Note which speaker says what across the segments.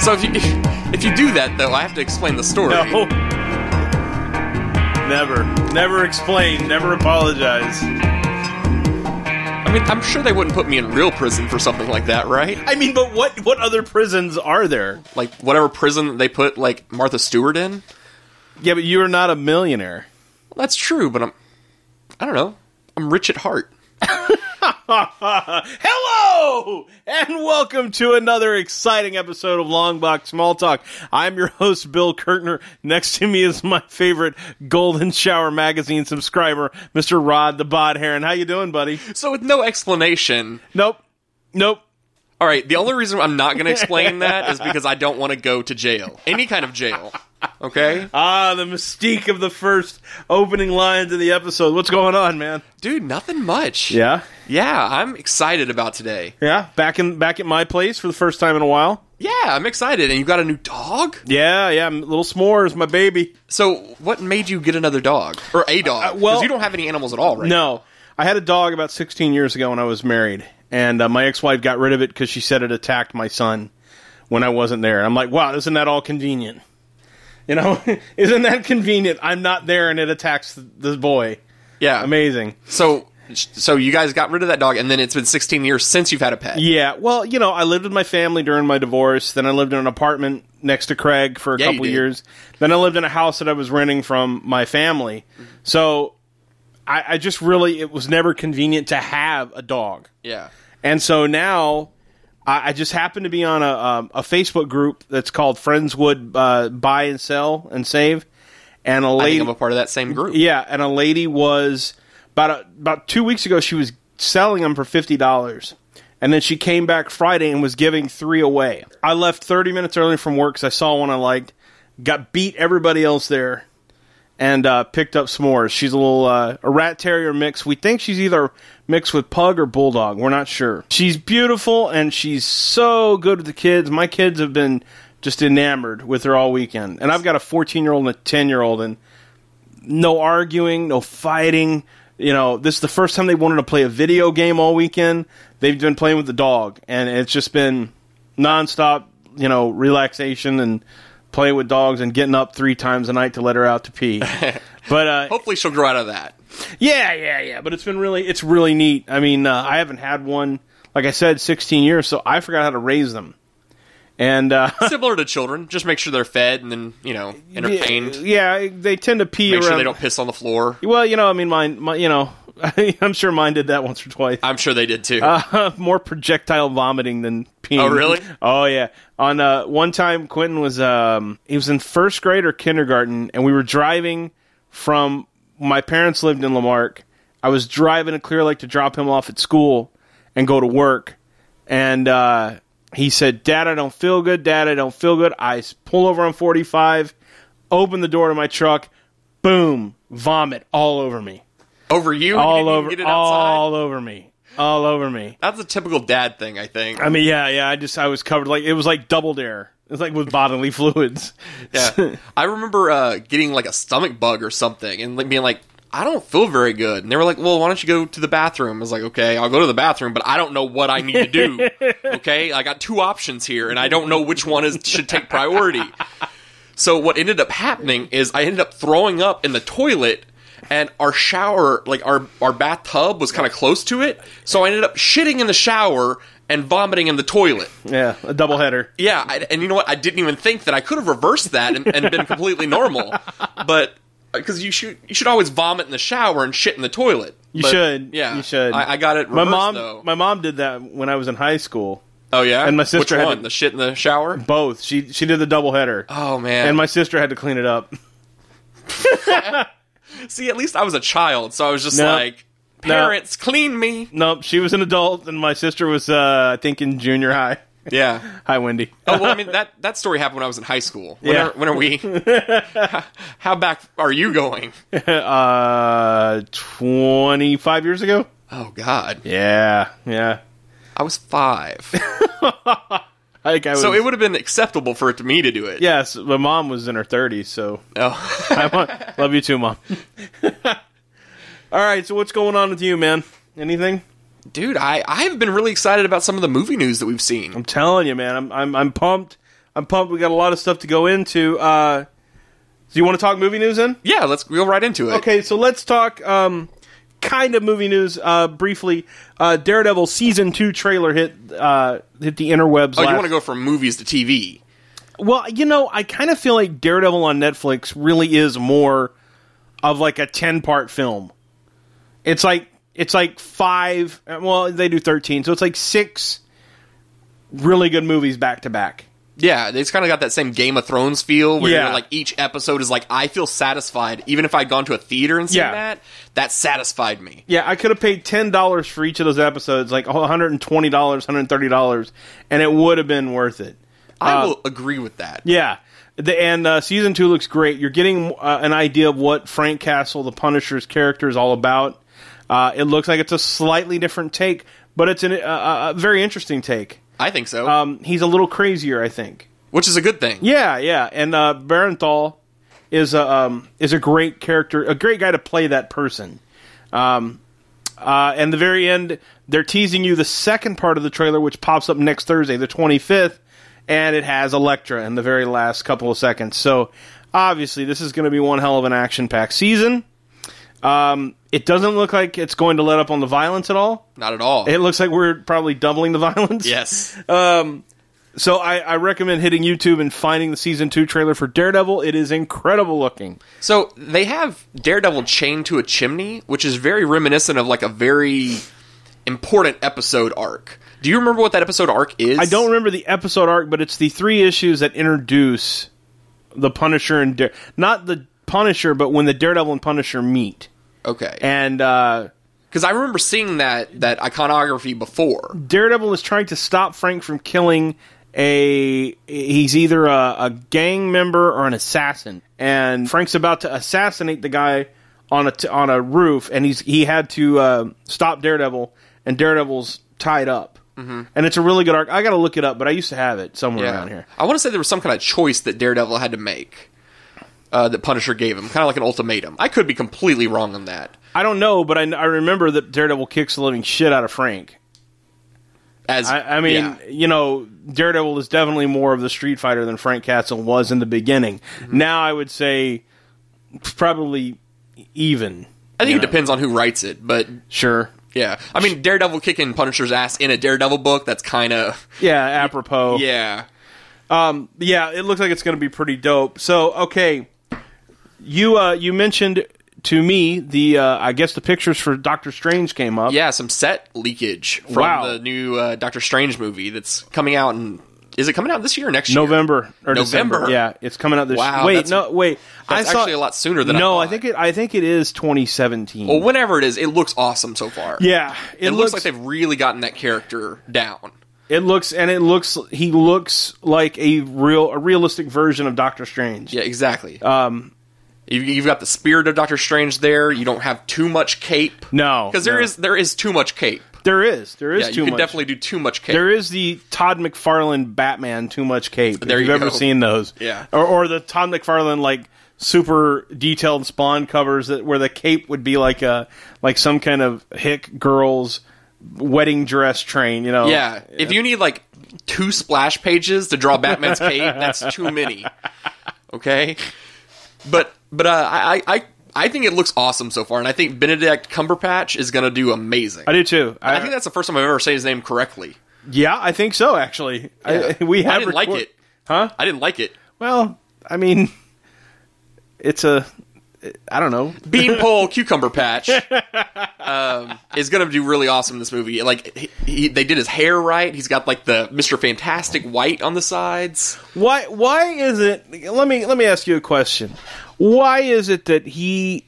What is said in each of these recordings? Speaker 1: So if you if you do that though, I have to explain the story.
Speaker 2: No. Never. Never explain. Never apologize.
Speaker 1: I mean, I'm sure they wouldn't put me in real prison for something like that, right?
Speaker 2: I mean, but what what other prisons are there?
Speaker 1: Like whatever prison they put like Martha Stewart in.
Speaker 2: Yeah, but you're not a millionaire.
Speaker 1: Well, that's true, but I'm I don't know. I'm rich at heart.
Speaker 2: Hello and welcome to another exciting episode of Long Box Small Talk. I'm your host Bill Kurtner. Next to me is my favorite Golden Shower magazine subscriber, Mr. Rod the Bod Heron. How you doing, buddy?
Speaker 1: So with no explanation.
Speaker 2: Nope. Nope.
Speaker 1: All right, the only reason I'm not going to explain that is because I don't want to go to jail. Any kind of jail. Okay?
Speaker 2: Ah, the mystique of the first opening lines of the episode. What's going on, man?
Speaker 1: Dude, nothing much.
Speaker 2: Yeah.
Speaker 1: Yeah, I'm excited about today.
Speaker 2: Yeah, back in back at my place for the first time in a while.
Speaker 1: Yeah, I'm excited. And you got a new dog?
Speaker 2: Yeah, yeah, m- little s'mores, my baby.
Speaker 1: So, what made you get another dog? Or a dog?
Speaker 2: Uh, well-
Speaker 1: 'Cause you don't have any animals at all, right?
Speaker 2: No, I had a dog about 16 years ago when I was married, and uh, my ex-wife got rid of it because she said it attacked my son when I wasn't there. And I'm like, wow, isn't that all convenient? You know, isn't that convenient? I'm not there, and it attacks th- this boy.
Speaker 1: Yeah.
Speaker 2: Amazing.
Speaker 1: So, so you guys got rid of that dog, and then it's been 16 years since you've had a pet.
Speaker 2: Yeah, well, you know, I lived with my family during my divorce. Then I lived in an apartment next to Craig for a
Speaker 1: Yeah, you
Speaker 2: couple
Speaker 1: did.
Speaker 2: years. Then I lived in a house that I was renting from my family. So I, I just really, it was never convenient to have a dog.
Speaker 1: Yeah.
Speaker 2: And so now I, I just happen to be on a, um, a Facebook group that's called Friendswood uh, Buy and Sell and Save. And a
Speaker 1: I
Speaker 2: lady,
Speaker 1: think I'm a part of that same group.
Speaker 2: yeah, and a lady was about a, about two weeks ago. She was selling them for fifty dollars, and then she came back Friday and was giving three away. I left thirty minutes early from work because I saw one I liked. Got beat everybody else there, and uh, picked up s'mores. She's a little uh, a rat terrier mix. We think she's either mixed with pug or bulldog. We're not sure. She's beautiful and she's so good with the kids. My kids have been just enamored with her all weekend, and I've got a fourteen year old and a ten year old, and no arguing, no fighting. You know, this is the first time they wanted to play a video game all weekend. They've been playing with the dog, and it's just been nonstop, you know, relaxation and playing with dogs and getting up three times a night to let her out to pee. but uh,
Speaker 1: Hopefully, she'll grow out of that.
Speaker 2: yeah, yeah, yeah. But it's been really, it's really neat. I mean, uh, I haven't had one, like I said, 16 years, so I forgot how to raise them. And uh,
Speaker 1: Similar to children, just make sure they're fed and then, you know, entertained.
Speaker 2: yeah, they tend to pee
Speaker 1: Make
Speaker 2: around.
Speaker 1: sure they don't piss on the floor.
Speaker 2: Well, you know, I mean, mine, my, you know, I'm sure mine did that once or twice.
Speaker 1: I'm sure they did too.
Speaker 2: Uh, more projectile vomiting than peeing.
Speaker 1: Oh, really?
Speaker 2: Oh yeah. On uh, one time, Quentin was um, he was in first grade or kindergarten, and we were driving from my parents lived in Lamarck. I was driving to Clear Lake to drop him off at school and go to work, and uh, he said, "Dad, I don't feel good. Dad, I don't feel good." I s- pull over on forty five, open the door to my truck, boom, vomit all over me,
Speaker 1: over you, You
Speaker 2: all
Speaker 1: didn't even
Speaker 2: over,
Speaker 1: get it outside?
Speaker 2: all over me, all over me.
Speaker 1: That's a typical dad thing, I think.
Speaker 2: I mean, yeah, yeah. I just I was covered like it was like double dare. It's like with bodily fluids.
Speaker 1: Yeah. I remember uh, getting like a stomach bug or something and like, being like, I don't feel very good. And they were like, Well, why don't you go to the bathroom? I was like, Okay, I'll go to the bathroom, but I don't know what I need to do. okay, I got two options here, and I don't know which one is should take priority. So what ended up happening is I ended up throwing up in the toilet. And our shower, like our our bathtub, was kind of close to it, so I ended up shitting in the shower and vomiting in the toilet.
Speaker 2: yeah, a double header.
Speaker 1: Yeah, I, and you know what? I didn't even think that I could have reversed that and, and been completely normal. But because you should, you should always vomit in the shower and shit in the toilet.
Speaker 2: You
Speaker 1: But,
Speaker 2: should.
Speaker 1: Yeah,
Speaker 2: you should.
Speaker 1: I, I got it.
Speaker 2: my
Speaker 1: reversed,
Speaker 2: mom.
Speaker 1: Though.
Speaker 2: My mom did that when I was in high school.
Speaker 1: oh yeah.
Speaker 2: and my
Speaker 1: Which
Speaker 2: sister had
Speaker 1: one?
Speaker 2: it.
Speaker 1: the shit in the shower.
Speaker 2: Both. She she did the double header.
Speaker 1: Oh man.
Speaker 2: And my sister had to clean it up.
Speaker 1: see, at least I was a child, so I was just
Speaker 2: No.
Speaker 1: like, parents, clean me.
Speaker 2: Nope, she was an adult, and my sister was uh, I think in junior high.
Speaker 1: Yeah.
Speaker 2: Hi, Wendy.
Speaker 1: Oh well, I mean that that story happened when I was in high school. When
Speaker 2: Yeah.
Speaker 1: Are, when are we? how back are you going?
Speaker 2: Uh, twenty five years ago.
Speaker 1: Oh God,
Speaker 2: Yeah, yeah.
Speaker 1: I was five,
Speaker 2: I think I was.
Speaker 1: so it would have been acceptable for it me to do it.
Speaker 2: yes, my mom was in her thirties, so
Speaker 1: Oh.
Speaker 2: I want, love you too, mom. All right, so what's going on with you, man? Anything?
Speaker 1: Dude, I I've been really excited about some of the movie news that we've
Speaker 2: I'm
Speaker 1: seen.
Speaker 2: telling you, man. I'm I'm, I'm pumped. I'm pumped. We got a lot of stuff to go into. Uh, do you want to talk movie news in?
Speaker 1: Yeah, let's go right into it.
Speaker 2: Okay, so let's talk um, kind of movie news uh, briefly. Uh, Daredevil season two trailer hit uh, hit the interwebs.
Speaker 1: Oh,
Speaker 2: last-
Speaker 1: you want to go from movies to TV?
Speaker 2: Well, you know, I kind of feel like Daredevil on Netflix really is more of like a ten part film. It's like it's like five. Well, they do thirteen, so it's like six really good movies back to back.
Speaker 1: Yeah, it's kind of got that same Game of Thrones feel where
Speaker 2: Yeah.
Speaker 1: you're like each episode is like I feel satisfied even if I'd gone to a theater and seen
Speaker 2: Yeah.
Speaker 1: that. That satisfied me.
Speaker 2: Yeah, I could have paid ten dollars for each of those episodes, like one hundred and twenty dollars, one hundred thirty dollars, and it would have been worth it.
Speaker 1: I will agree with that.
Speaker 2: Um, Yeah. The, and uh, season two looks great. You're getting uh, an idea of what Frank Castle, the Punisher's character, is all about. Uh, it looks like it's a slightly different take, but it's an, uh, uh, a very interesting take.
Speaker 1: I think so,
Speaker 2: Um, he's a little crazier, I think.
Speaker 1: which is a good thing.
Speaker 2: Yeah, yeah. And uh, Barenthal is a um, is a great character, a great guy to play that person. Um, uh, and the very end, they're teasing you the second part of the trailer, which pops up next Thursday, the twenty fifth, and it has Elektra in the very last couple of seconds. So obviously, this is going to be one hell of an action packed season. Um, it doesn't look like it's going to let up on the violence at all.
Speaker 1: Not at all.
Speaker 2: It looks like we're probably doubling the violence.
Speaker 1: yes.
Speaker 2: So I, I recommend hitting YouTube and finding the season two trailer for Daredevil. It is incredible looking.
Speaker 1: So they have Daredevil chained to a chimney, which is very reminiscent of like a very important episode arc. Do you remember what that episode arc is?
Speaker 2: I don't remember the episode arc, but it's the three issues that introduce the Punisher and Dare, not the Punisher, but when the Daredevil and Punisher meet.
Speaker 1: Okay,
Speaker 2: And uh,
Speaker 1: because I remember seeing that that iconography before.
Speaker 2: Daredevil is trying to stop Frank from killing a. He's either a, a gang member or an assassin, and Frank's about to assassinate the guy on a t- on a roof, and he's he had to uh, stop Daredevil, and Daredevil's tied up, mm-hmm. and it's a really good arc. I got to look it up, but I used to have it somewhere around here.
Speaker 1: I want to say there was some kind of choice that Daredevil had to make uh, that Punisher gave him, kind of like an ultimatum. I could be completely wrong on that.
Speaker 2: I don't know, but I, I remember that Daredevil kicks the living shit out of Frank.
Speaker 1: As
Speaker 2: I, I mean,
Speaker 1: yeah.
Speaker 2: you know, Daredevil is definitely more of the Street Fighter than Frank Castle was in the beginning.
Speaker 1: Mm-hmm.
Speaker 2: Now I would say probably even.
Speaker 1: I think
Speaker 2: you
Speaker 1: it
Speaker 2: know.
Speaker 1: depends on who writes it, but
Speaker 2: Sure.
Speaker 1: yeah, I mean, Daredevil kicking Punisher's ass in a Daredevil book. That's kind of
Speaker 2: Yeah, apropos.
Speaker 1: yeah.
Speaker 2: yeah, it looks like it's going to be pretty dope. So, okay, you uh, you mentioned to me the uh, I guess the pictures for Doctor Strange came up.
Speaker 1: Yeah, some set leakage from
Speaker 2: Wow.
Speaker 1: the new uh, Doctor Strange movie that's coming out and is it coming out this year or next year?
Speaker 2: November or December.
Speaker 1: November?
Speaker 2: Yeah, it's coming out this.
Speaker 1: Wow,
Speaker 2: wait,
Speaker 1: that's-
Speaker 2: no, wait.
Speaker 1: That's
Speaker 2: I saw,
Speaker 1: actually a lot sooner than I
Speaker 2: no, I
Speaker 1: thought.
Speaker 2: think it. I think it is 2017.
Speaker 1: Well, whenever it is, it looks awesome so far.
Speaker 2: yeah,
Speaker 1: It, looks, like they've really gotten that character down.
Speaker 2: It looks and it looks he looks like a real a realistic version of Doctor Strange.
Speaker 1: Yeah, exactly. Um, you've, you've got the spirit of Doctor Strange there. You don't have too much cape.
Speaker 2: No,
Speaker 1: because there
Speaker 2: no.
Speaker 1: is there is too much cape.
Speaker 2: There is there is
Speaker 1: yeah,
Speaker 2: too
Speaker 1: you can
Speaker 2: much.
Speaker 1: definitely do too much cape.
Speaker 2: there is the Todd McFarlane Batman too much cape.
Speaker 1: There
Speaker 2: if
Speaker 1: you
Speaker 2: you've ever
Speaker 1: go.
Speaker 2: seen those.
Speaker 1: Yeah.
Speaker 2: Or or the Todd McFarlane like super detailed spawn covers that where the cape would be like a like some kind of hick girl's wedding dress train, you know.
Speaker 1: yeah, if you need like two splash pages to draw Batman's cape, that's too many. Okay, but but uh, I I I- I think it looks awesome so far, and I think Benedict Cumberpatch is gonna do amazing.
Speaker 2: I do too.
Speaker 1: I think that's the first time I've ever said his name correctly.
Speaker 2: yeah, I think so actually. I, we have
Speaker 1: I didn't like
Speaker 2: record-
Speaker 1: it.
Speaker 2: Huh?
Speaker 1: I didn't like it.
Speaker 2: Well, I mean, it's a. I don't know.
Speaker 1: Beanpole Cucumber Patch um, is going to do really awesome in this movie. Like he, he, they did his hair right. He's got like the Mister Fantastic white on the sides.
Speaker 2: Why? Why is it? Let me let me ask you a question. Why is it that he,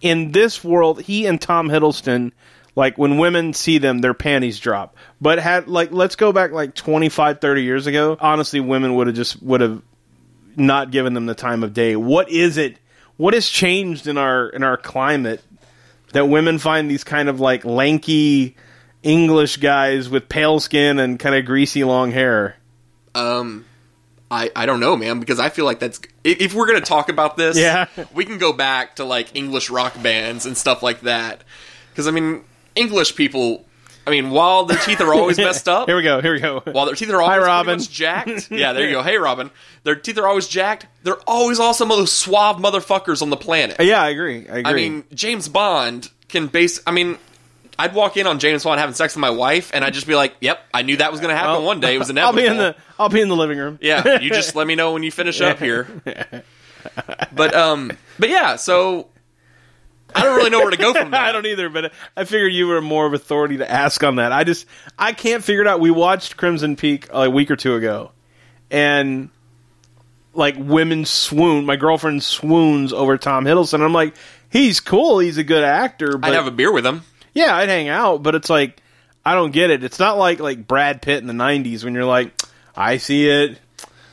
Speaker 2: in this world, he and Tom Hiddleston, like when women see them, their panties drop. But had like let's go back like 25, 30 years ago. Honestly, women would have just would have not given them the time of day. What is it? What has changed in our in our climate that women find these kind of like lanky English guys with pale skin and kind of greasy long hair?
Speaker 1: I, I don't know, man, because I feel like that's if if we're gonna talk about this,
Speaker 2: Yeah.
Speaker 1: we can go back to like English rock bands and stuff like that. Because I mean, English people I mean, while their teeth are always messed up,
Speaker 2: Here we go. Here we go.
Speaker 1: while their teeth are always pretty
Speaker 2: Robin.
Speaker 1: much jacked. Yeah, there you go. Hey, Robin. Their teeth are always jacked. They're always also most suave motherfuckers on the planet.
Speaker 2: yeah, I agree. I agree.
Speaker 1: I mean, James Bond can base. I mean, I'd walk in on James Bond having sex with my wife, and I'd just be like, "Yep, I knew that was going to happen
Speaker 2: Well,
Speaker 1: one day. It was
Speaker 2: I'll
Speaker 1: inevitable."
Speaker 2: be in the I'll be in the living room.
Speaker 1: yeah. You just let me know when you finish up here. But um, but yeah. So I don't really know where to go from that.
Speaker 2: I don't either, but I figured you were more of authority to ask on that. I just I can't figure it out. We watched Crimson Peak a week or two ago, and like women swoon. My girlfriend swoons over Tom Hiddleston. I'm like, he's cool. He's a good actor. But
Speaker 1: I'd have a beer with him.
Speaker 2: yeah, I'd hang out. But it's like I don't get it. It's not like like Brad Pitt in the '90s when you're like, I see it,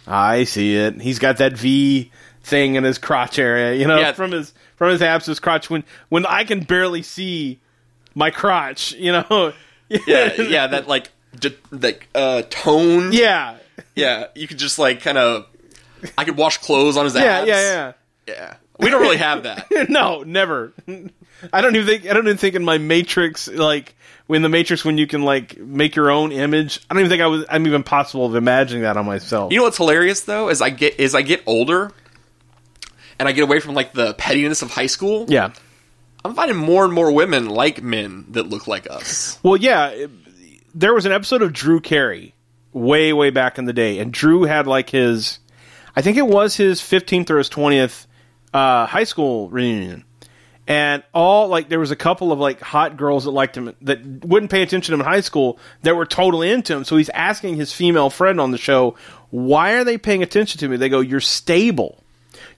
Speaker 2: I see it. He's got that V thing in his crotch area, you know,
Speaker 1: Yeah.
Speaker 2: from his from his abs, his crotch. When when I can barely see my crotch, you know.
Speaker 1: Yeah, yeah. That like d- like uh tone.
Speaker 2: yeah,
Speaker 1: Yeah, you could just like kind of. I could wash clothes on his
Speaker 2: yeah,
Speaker 1: abs.
Speaker 2: yeah,
Speaker 1: yeah, yeah. We don't really have that.
Speaker 2: yeah. no, never. I don't even think I don't even think in my Matrix like when the Matrix when you can like make your own image. I don't even think I was I'm even possible of imagining that on myself.
Speaker 1: You know what's hilarious though is I get is I get older, and I get away from like the pettiness of high school.
Speaker 2: yeah.
Speaker 1: I'm finding more and more women like men that look like us.
Speaker 2: Well, yeah, it- there was an episode of Drew Carey way way back in the day, and Drew had like his, I think it was his fifteenth or his twentieth uh, high school reunion, and all like there was a couple of like hot girls that liked him that wouldn't pay attention to him in high school that were totally into him. So he's asking his female friend on the show, "Why are they paying attention to me?" They go, "You're stable."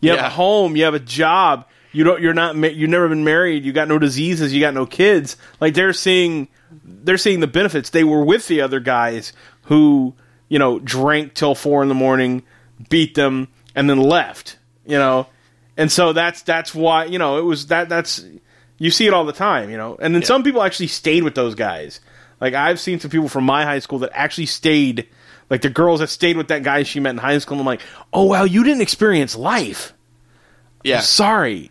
Speaker 2: You have
Speaker 1: Yeah.
Speaker 2: a home. You have a job. You don't. You're not. ma- You've never been married. You got no diseases. You got no kids. Like they're seeing, they're seeing the benefits. They were with the other guys who you know drank till four in the morning, beat them, and then left. You know, and so that's that's why you know it was that that's you see it all the time. You know, and then some people actually stayed with those guys. Like I've seen some people from my high school that actually stayed. Like the girls that stayed with that guy she met in high school, and I'm like, oh wow, you didn't experience life.
Speaker 1: Yeah.
Speaker 2: Sorry.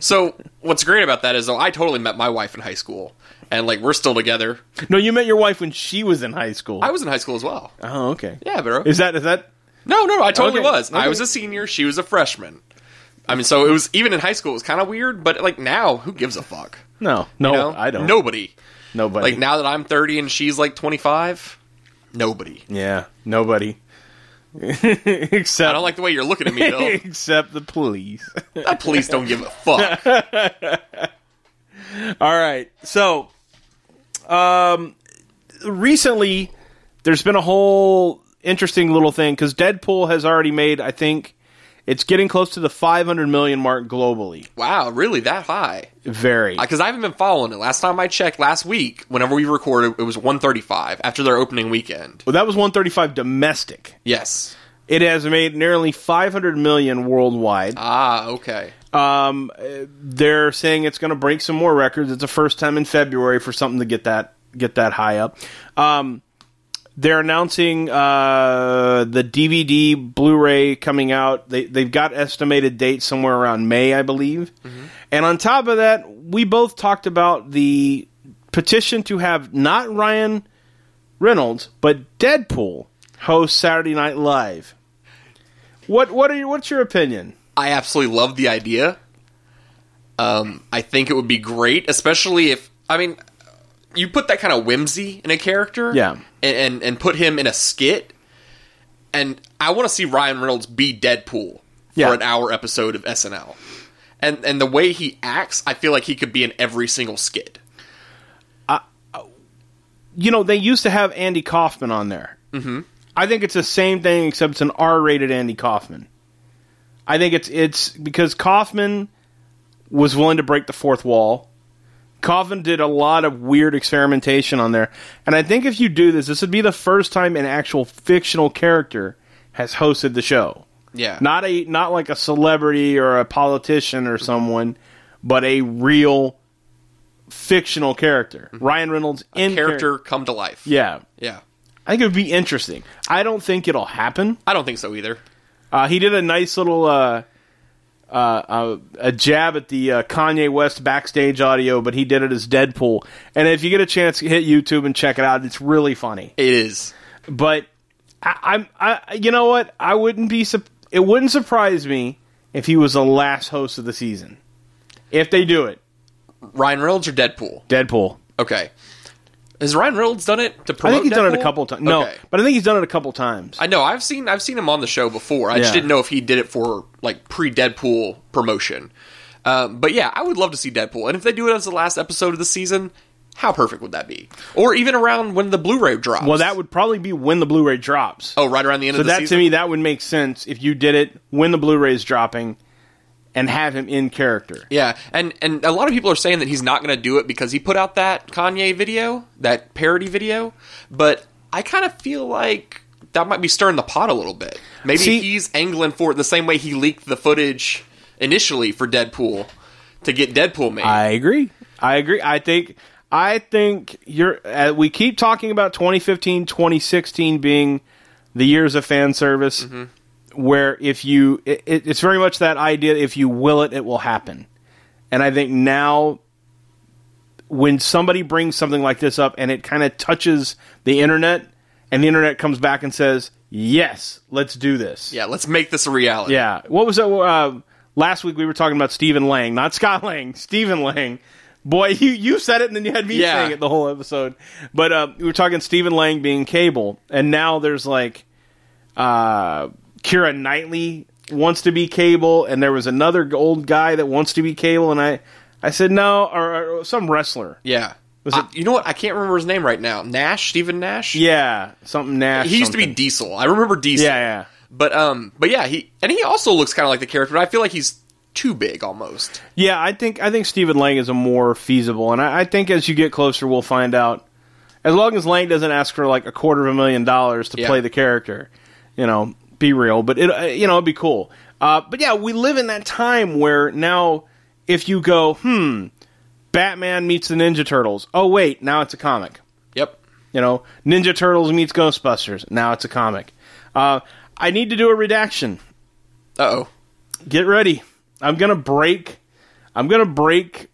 Speaker 1: So what's great about that is though I totally met my wife in high school, and like we're still together.
Speaker 2: No, you met your wife when she was in high school.
Speaker 1: I was in high school as well.
Speaker 2: oh, okay.
Speaker 1: Yeah, bro.
Speaker 2: Is that is that?
Speaker 1: No, no, I totally
Speaker 2: Okay,
Speaker 1: was. I
Speaker 2: okay.
Speaker 1: was a senior. She was a freshman. I mean, so it was even in high school. It was kind of weird, but like now, who gives a fuck?
Speaker 2: No, no,
Speaker 1: You know?
Speaker 2: Oh, I don't.
Speaker 1: Nobody.
Speaker 2: nobody.
Speaker 1: Like now that I'm 30 and she's like 25, nobody.
Speaker 2: yeah, nobody. except
Speaker 1: I don't like the way you're looking at me, Bill.
Speaker 2: except the police.
Speaker 1: The police don't give a fuck.
Speaker 2: All right. So, um, recently there's been a whole interesting little thing because Deadpool has already made. I think it's getting close to the 500 million mark globally.
Speaker 1: Wow, really that high?
Speaker 2: Very.
Speaker 1: Because I haven't been following it. Last time I checked, last week, whenever we recorded, it was 135 after their opening weekend.
Speaker 2: well, that was 135 domestic.
Speaker 1: Yes.
Speaker 2: It has made nearly 500 million worldwide.
Speaker 1: Ah, okay.
Speaker 2: Um, uh, they're saying it's going to break some more records. It's the first time in February for something to get that get that high up. Um, they're announcing uh, the DVD Blu-ray coming out. They they've got estimated dates somewhere around May, I believe. And on top of that, we both talked about the petition to have not Ryan Reynolds but Deadpool host Saturday Night Live. What what are your, what's your opinion?
Speaker 1: I absolutely love the idea. Um, I think it would be great, especially if I mean, you put that kind of whimsy in a character,
Speaker 2: Yeah.
Speaker 1: and and, and put him in a skit. And I want to see Ryan Reynolds be Deadpool
Speaker 2: Yeah.
Speaker 1: for an hour episode of SNL, and and the way he acts, I feel like he could be in every single skit.
Speaker 2: you know, they used to have Andy Kaufman on there. Mm-hmm. I think it's the same thing, except it's an R-rated Andy Kaufman. I think it's it's because Kaufman was willing to break the fourth wall. Kaufman did a lot of weird experimentation on there, and I think if you do this, this would be the first time an actual fictional character has hosted the show.
Speaker 1: Yeah,
Speaker 2: Not a not like a celebrity or a politician or someone, but a real fictional character. Ryan Reynolds in char-
Speaker 1: character come to life.
Speaker 2: yeah.
Speaker 1: yeah.
Speaker 2: I think it would be interesting. I don't think it'll happen.
Speaker 1: I don't think so either.
Speaker 2: Uh, he did a nice little uh, uh, uh, a jab at the uh, Kanye West backstage audio, but he did it as Deadpool. And if you get a chance, hit YouTube and check it out. It's really funny.
Speaker 1: It is.
Speaker 2: But I, I'm, I, you know what? I wouldn't be. Su- it wouldn't surprise me if he was the last host of the season. If they do it,
Speaker 1: Ryan Reynolds or Deadpool?
Speaker 2: Deadpool.
Speaker 1: Okay. Has Ryan Reynolds done it to
Speaker 2: I
Speaker 1: promote?
Speaker 2: think he's done it a
Speaker 1: Deadpool?
Speaker 2: couple times. No,
Speaker 1: Okay.
Speaker 2: but I think he's done it a couple times.
Speaker 1: I know. I've seen. I've seen him on the show before. I just
Speaker 2: Yeah.
Speaker 1: didn't know if he did it for like pre-Deadpool promotion. Um, but yeah, I would love to see Deadpool. And if they do it as the last episode of the season, how perfect would that be? Or even around when the Blu-ray drops.
Speaker 2: well, that would probably be when the Blu-ray drops.
Speaker 1: oh, right around the end
Speaker 2: So
Speaker 1: of the
Speaker 2: that
Speaker 1: season.
Speaker 2: to me, that would make sense if you did it when the Blu-ray is dropping, and have him in character.
Speaker 1: Yeah, and and a lot of people are saying that he's not going to do it because he put out that Kanye video, that parody video, but I kind of feel like that might be stirring the pot a little bit. Maybe
Speaker 2: See-
Speaker 1: he's angling for it the same way he leaked the footage initially for Deadpool to get Deadpool made.
Speaker 2: I agree. I agree. I think. I think you're. Uh, we keep talking about 2015, 2016 being the years of fan service, where if you, it, it- it's very much that idea. If you will it, it will happen. And I think now, when somebody brings something like this up, and it kind of touches the internet, and the internet comes back and says, "Yes, let's do this."
Speaker 1: yeah, let's make this a reality.
Speaker 2: Yeah. What was that? Uh, last week we were talking about Stephen Lang, not Scott Lang. Stephen Lang. Boy, you, you said it and then you had me
Speaker 1: Yeah.
Speaker 2: saying it the whole episode. But uh, we were talking Stephen Lang being cable, and now there's like uh, Kira Knightley wants to be cable, and there was another old guy that wants to be cable, and I, I said no, or, or some wrestler.
Speaker 1: Yeah.
Speaker 2: it-
Speaker 1: I- you know what? I can't remember his name right now. Nash, Stephen Nash.
Speaker 2: Yeah, something Nash.
Speaker 1: he used to be
Speaker 2: something.
Speaker 1: Diesel. I remember Diesel.
Speaker 2: Yeah, yeah.
Speaker 1: But um, but yeah, he and he also looks kind of like the character. But I feel like he's too big almost.
Speaker 2: Yeah, I think I think Stephen Lang is a more feasible, and I, I think as you get closer, we'll find out. As long as Lang doesn't ask for like a quarter of a million dollars to
Speaker 1: Yeah.
Speaker 2: play the character, you know, be real. But it, uh, you know, it'd be cool. Uh, but yeah, we live in that time where now, if you go, hmm, Batman meets the Ninja Turtles. Oh wait, now it's a comic.
Speaker 1: Yep.
Speaker 2: You know, Ninja Turtles meets Ghostbusters. Now it's a comic. Uh, I need to do a redaction
Speaker 1: Uh oh.
Speaker 2: get ready. I'm gonna break. I'm gonna break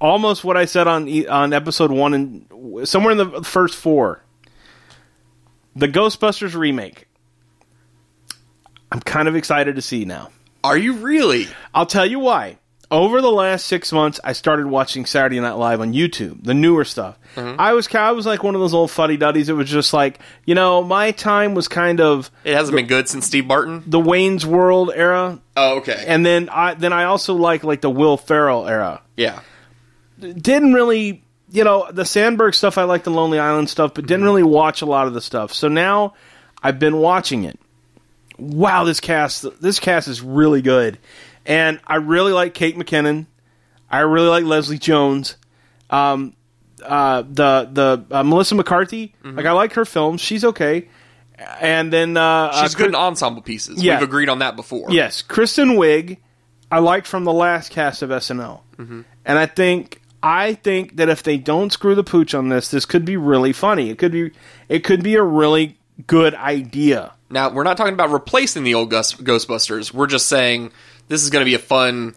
Speaker 2: almost what I said on e- on episode one and somewhere in the first four. The Ghostbusters remake. I'm kind of excited to see now.
Speaker 1: Are you really?
Speaker 2: I'll tell you why. Over the last six months, I started watching Saturday Night Live on YouTube, the newer stuff. I was ki- I was like one of those old fuddy duddies. It was just like you know, my time was kind of
Speaker 1: It hasn't been good since Steve Barton.
Speaker 2: the Wayne's World era.
Speaker 1: Oh, okay.
Speaker 2: and then I then I also like like the Will Ferrell era.
Speaker 1: yeah.
Speaker 2: Didn't really, you know, the Sandberg stuff I liked the Lonely Island stuff, but
Speaker 1: Mhm.
Speaker 2: didn't really watch a lot of the stuff. So now I've been watching it. Wow, this cast this cast is really good, and I really like Kate McKinnon. I really like Leslie Jones. Um, uh, the the uh, Melissa McCarthy,
Speaker 1: Mm-hmm.
Speaker 2: like I like her films. She's okay, and then uh,
Speaker 1: She's
Speaker 2: uh,
Speaker 1: good in ensemble pieces.
Speaker 2: Yeah.
Speaker 1: We've agreed on that before.
Speaker 2: Yes, Kristen Wiig, I liked from the last cast of SNL, and I think I think that if they don't screw the pooch on this, this could be really funny. It could be it could be a really good idea.
Speaker 1: Now, we're not talking about replacing the old Gus- Ghostbusters. We're just saying this is going to be a fun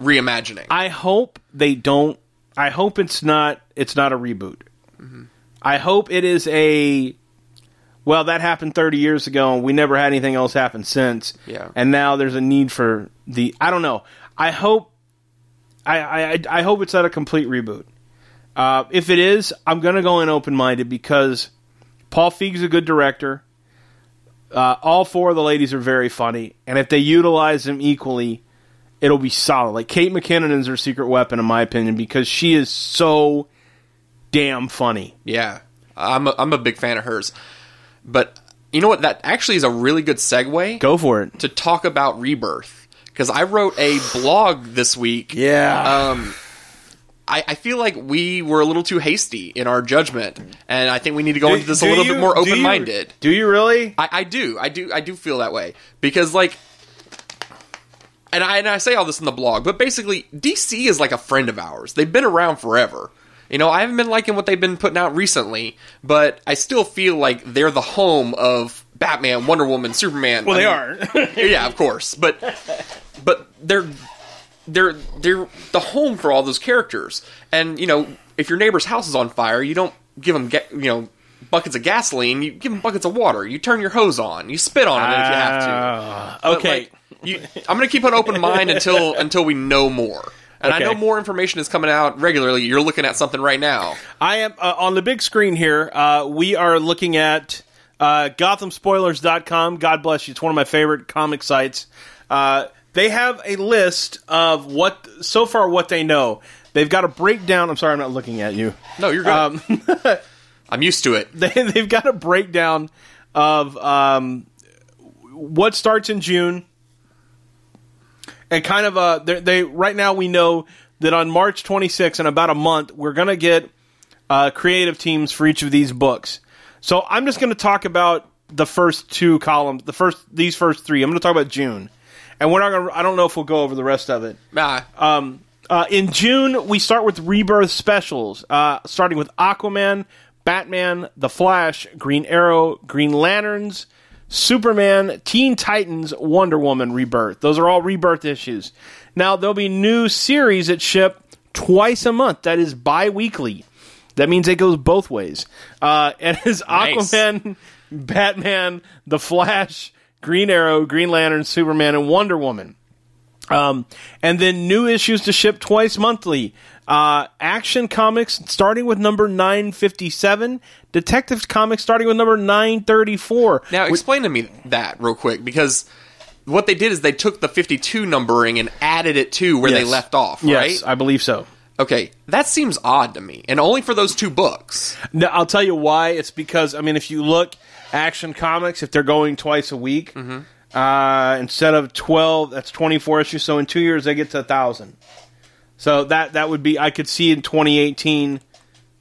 Speaker 1: reimagining.
Speaker 2: I hope they don't. I hope it's not. It's not a reboot. I hope it is a. Well, that happened 30 years ago, and we never had anything else happen since.
Speaker 1: Yeah.
Speaker 2: And now there's a need for the. I don't know. I hope. I I, I- I hope it's not a complete reboot. Uh, if it is, I'm gonna go in open minded because Paul Feig's a good director. Uh, all four of the ladies are very funny, and if they utilize them equally, it'll be solid. Like Kate McKinnon is her secret weapon, in my opinion, because she is so damn funny.
Speaker 1: yeah. I'm a, I'm a big fan of hers. But you know what? That actually is a really good segue
Speaker 2: Go for it.
Speaker 1: to talk about Rebirth. Because I wrote a blog this week.
Speaker 2: Yeah.
Speaker 1: Um, I, I feel like we were a little too hasty in our judgment, and I think we need to go into this a little bit more open minded.
Speaker 2: Do you really?
Speaker 1: I, I do, I do, I do feel that way because like, and I and I say all this in the blog, but basically DC is like a friend of ours. They've been around forever. You know, I haven't been liking what they've been putting out recently, but I still feel like they're the home of Batman, Wonder Woman, Superman.
Speaker 2: Well, they
Speaker 1: I mean,
Speaker 2: are.
Speaker 1: yeah, of course, but but they're they're they're the home for all those characters. And you know, if your neighbor's house is on fire, you don't give them ga- you know buckets of gasoline. You give them buckets of water. You turn your hose on. You spit on it if you have to.
Speaker 2: Ah,
Speaker 1: But,
Speaker 2: okay.
Speaker 1: like, you, I'm going to keep an open mind until until we know more. And I
Speaker 2: Okay.
Speaker 1: know more information is coming out regularly. You're looking at something right now.
Speaker 2: I am uh, on the big screen here. Uh, we are looking at uh, GothamSpoilers.com. God bless you. It's one of my favorite comic sites. Uh, they have a list of what so far what they know. They've got a breakdown. I'm sorry, I'm not looking at you.
Speaker 1: No, you're good.
Speaker 2: Um,
Speaker 1: I'm used to it.
Speaker 2: They, they've got a breakdown of um, what starts in June, and kind of a they, they right now we know that on March 26th, in about a month, we're gonna get uh, creative teams for each of these books. So I'm just gonna talk about the first two columns, the first these first three. I'm gonna talk about June, and we're not gonna. I don't know if we'll go over the rest of it.
Speaker 1: Nah,
Speaker 2: Uh, in June, we start with rebirth specials, uh, starting with Aquaman, Batman, The Flash, Green Arrow, Green Lanterns, Superman, Teen Titans, Wonder Woman Rebirth. Those are all rebirth issues. Now, there'll be new series that ship twice a month. That is bi weekly. That means it goes both ways. Uh, and it's
Speaker 1: Nice.
Speaker 2: Aquaman, Batman, The Flash, Green Arrow, Green Lantern, Superman, and Wonder Woman. Um, and then new issues to ship twice monthly. Uh, Action Comics starting with number 957, Detective Comics starting with number 934.
Speaker 1: Now, explain to me that real quick because what they did is they took the 52 numbering and added it to where they
Speaker 2: Yes.
Speaker 1: left off,
Speaker 2: yes,
Speaker 1: right?
Speaker 2: I believe so.
Speaker 1: okay, that seems odd to me, and only for those two books.
Speaker 2: No, I'll tell you why. It's because I mean, if you look Action Comics, if they're going twice a week, uh, instead of twelve, that's twenty four issues. So in two years, they get to a thousand. So that that would be I could see in twenty eighteen.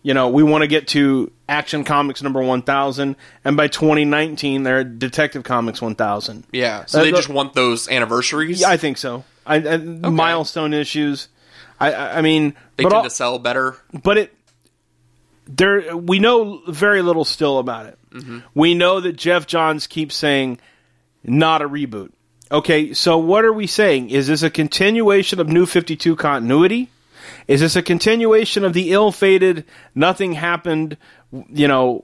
Speaker 2: You know, we want to get to Action Comics number one thousand, and by twenty nineteen, they're at Detective Comics one thousand.
Speaker 1: Yeah, so
Speaker 2: Uh,
Speaker 1: they
Speaker 2: the-
Speaker 1: just want those anniversaries.
Speaker 2: I think so. I, I, Milestone issues. I, I, I mean,
Speaker 1: they
Speaker 2: but
Speaker 1: tend
Speaker 2: all-
Speaker 1: to sell better.
Speaker 2: but it there we know very little still about it. We know that Jeff Johns keeps saying not a reboot. Okay, so what are we saying? Is this a continuation of New 52 continuity? Is this a continuation of the ill-fated nothing happened, you know,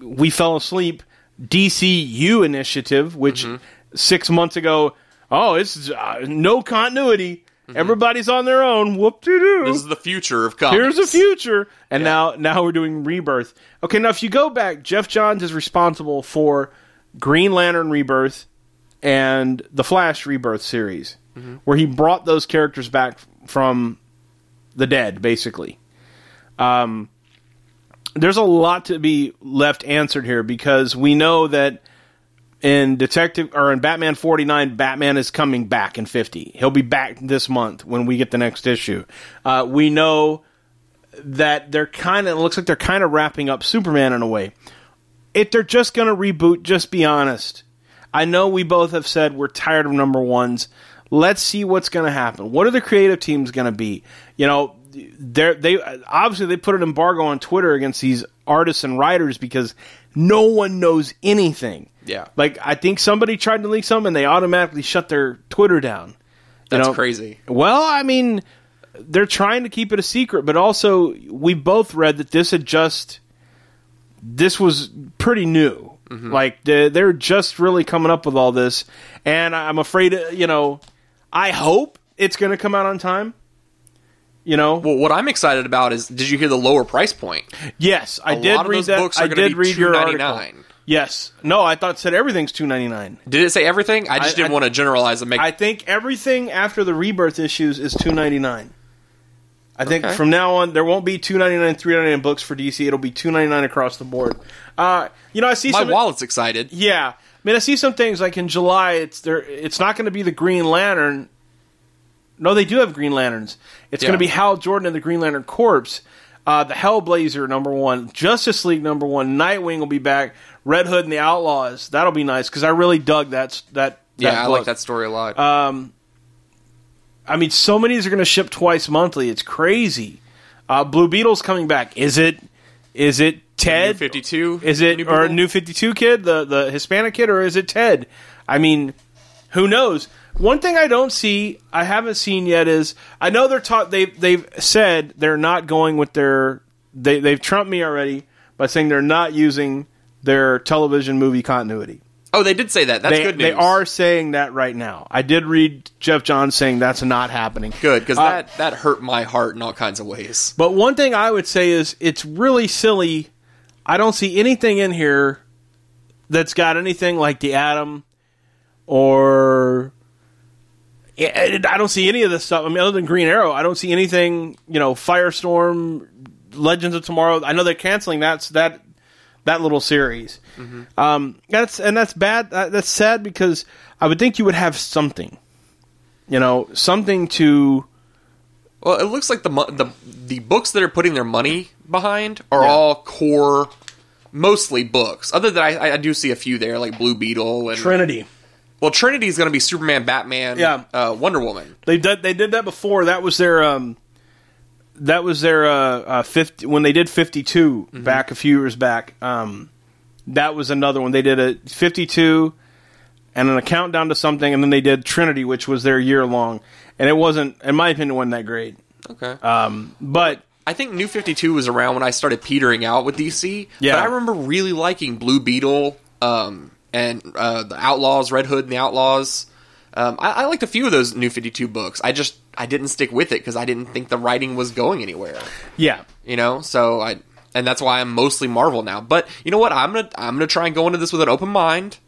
Speaker 2: we fell asleep DCU initiative, which 6 months ago, oh, it's uh, no continuity. Everybody's on their own. Whoop de doo
Speaker 1: This is the future of comics.
Speaker 2: here's the future and now now we're doing rebirth okay now if you go back jeff johns is responsible for green lantern rebirth and the flash rebirth series where he brought those characters back from the dead basically um, there's a lot to be left answered here because we know that in detective or in batman 49 batman is coming back in 50 he'll be back this month when we get the next issue uh, we know that they're kind of it looks like they're kind of wrapping up Superman in a way. If they're just going to reboot, just be honest. I know we both have said we're tired of number ones. Let's see what's going to happen. What are the creative teams going to be? You know, they they obviously they put an embargo on Twitter against these artists and writers because no one knows anything.
Speaker 1: Yeah.
Speaker 2: like I think somebody tried to leak something and they automatically shut their Twitter down. You
Speaker 1: That's
Speaker 2: know?
Speaker 1: crazy.
Speaker 2: Well, I mean, they're trying to keep it a secret, but also we both read that this had just this was pretty new.
Speaker 1: Mm-hmm.
Speaker 2: Like they- they're just really coming up with all this, and I'm afraid, uh, you know, I hope it's going to come out on time. You know,
Speaker 1: Well, what I'm excited about is did you hear the lower price point?
Speaker 2: yes, I
Speaker 1: lot
Speaker 2: did
Speaker 1: of
Speaker 2: read
Speaker 1: those
Speaker 2: that.
Speaker 1: books are
Speaker 2: I
Speaker 1: gonna
Speaker 2: did
Speaker 1: be
Speaker 2: read your article.
Speaker 1: $2.99.
Speaker 2: Yes, no, I thought it said everything's two ninety nine.
Speaker 1: Did it say everything? I just
Speaker 2: I-
Speaker 1: didn't
Speaker 2: I-
Speaker 1: want to generalize and make.
Speaker 2: I think everything after the rebirth issues is two ninety nine. I think
Speaker 1: Okay.
Speaker 2: from now on there won't be two ninety nine, three ninety nine books for DC. It'll be two ninety nine across the board. Uh, you know, I see
Speaker 1: my
Speaker 2: some.
Speaker 1: wallet's excited.
Speaker 2: yeah, I mean, I see some things like in July. It's there. It's not going to be the Green Lantern. No, they do have Green Lanterns. It's
Speaker 1: Yeah.
Speaker 2: going to be Hal Jordan and the Green Lantern Corps. Uh, the Hellblazer number one, Justice League number one, Nightwing will be back, Red Hood and the Outlaws. That'll be nice because I really dug that that.
Speaker 1: Yeah, I like
Speaker 2: book.
Speaker 1: that story a lot.
Speaker 2: Uh, I mean, so many of these are going to ship twice monthly. It's crazy. Uh, Blue Beetle's coming back. Is it? Is it Ted?
Speaker 1: 52.
Speaker 2: Is it or New Fifty Two kid, the the Hispanic kid, or is it Ted? I mean, Who knows? One thing I don't see, I haven't seen yet, is I know they're taught they they've said they're not going with their they they've trumped me already by saying they're not using their television movie continuity.
Speaker 1: Oh, they did say that. That's
Speaker 2: They,
Speaker 1: good news.
Speaker 2: they are saying that right now. I did read Jeff Johns saying that's not happening.
Speaker 1: good because
Speaker 2: Uh,
Speaker 1: that that hurt my heart in all kinds of ways.
Speaker 2: But one thing I would say is it's really silly. I don't see anything in here that's got anything like the atom or Yeah, I don't see any of this stuff. I mean, other than Green Arrow, I don't see anything. You know, Firestorm, Legends of Tomorrow. I know they're canceling that so that that little series. Um, that's and that's bad. That, that's sad because I would think you would have something. You know, something to.
Speaker 1: Well, it looks like the mo- the the books that are putting their money behind are all core, mostly books. Other than I, I do see a few there like Blue Beetle and
Speaker 2: Trinity.
Speaker 1: well, Trinity is going to be Superman, Batman,
Speaker 2: Yeah.
Speaker 1: uh, Wonder Woman.
Speaker 2: They did they did that before. That was their um, that was their uh, uh 50, when they did fifty back a few years back. Um, that was another one they did a fifty two, and then a countdown to something, and then they did Trinity, which was their year long, and it wasn't, in my opinion, wasn't that great.
Speaker 1: Okay,
Speaker 2: But
Speaker 1: I think New Fifty Two was around when I started petering out with DC.
Speaker 2: Yeah.
Speaker 1: but I remember really liking Blue Beetle um, and uh, the Outlaws, Red Hood, and the Outlaws. Um, I, I liked a few of those New Fifty Two books. I just I didn't stick with it because I didn't think the writing was going anywhere.
Speaker 2: yeah,
Speaker 1: you know so i and that's why i'm mostly marvel now but you know what i'm gonna i'm gonna try and go into this with an open mind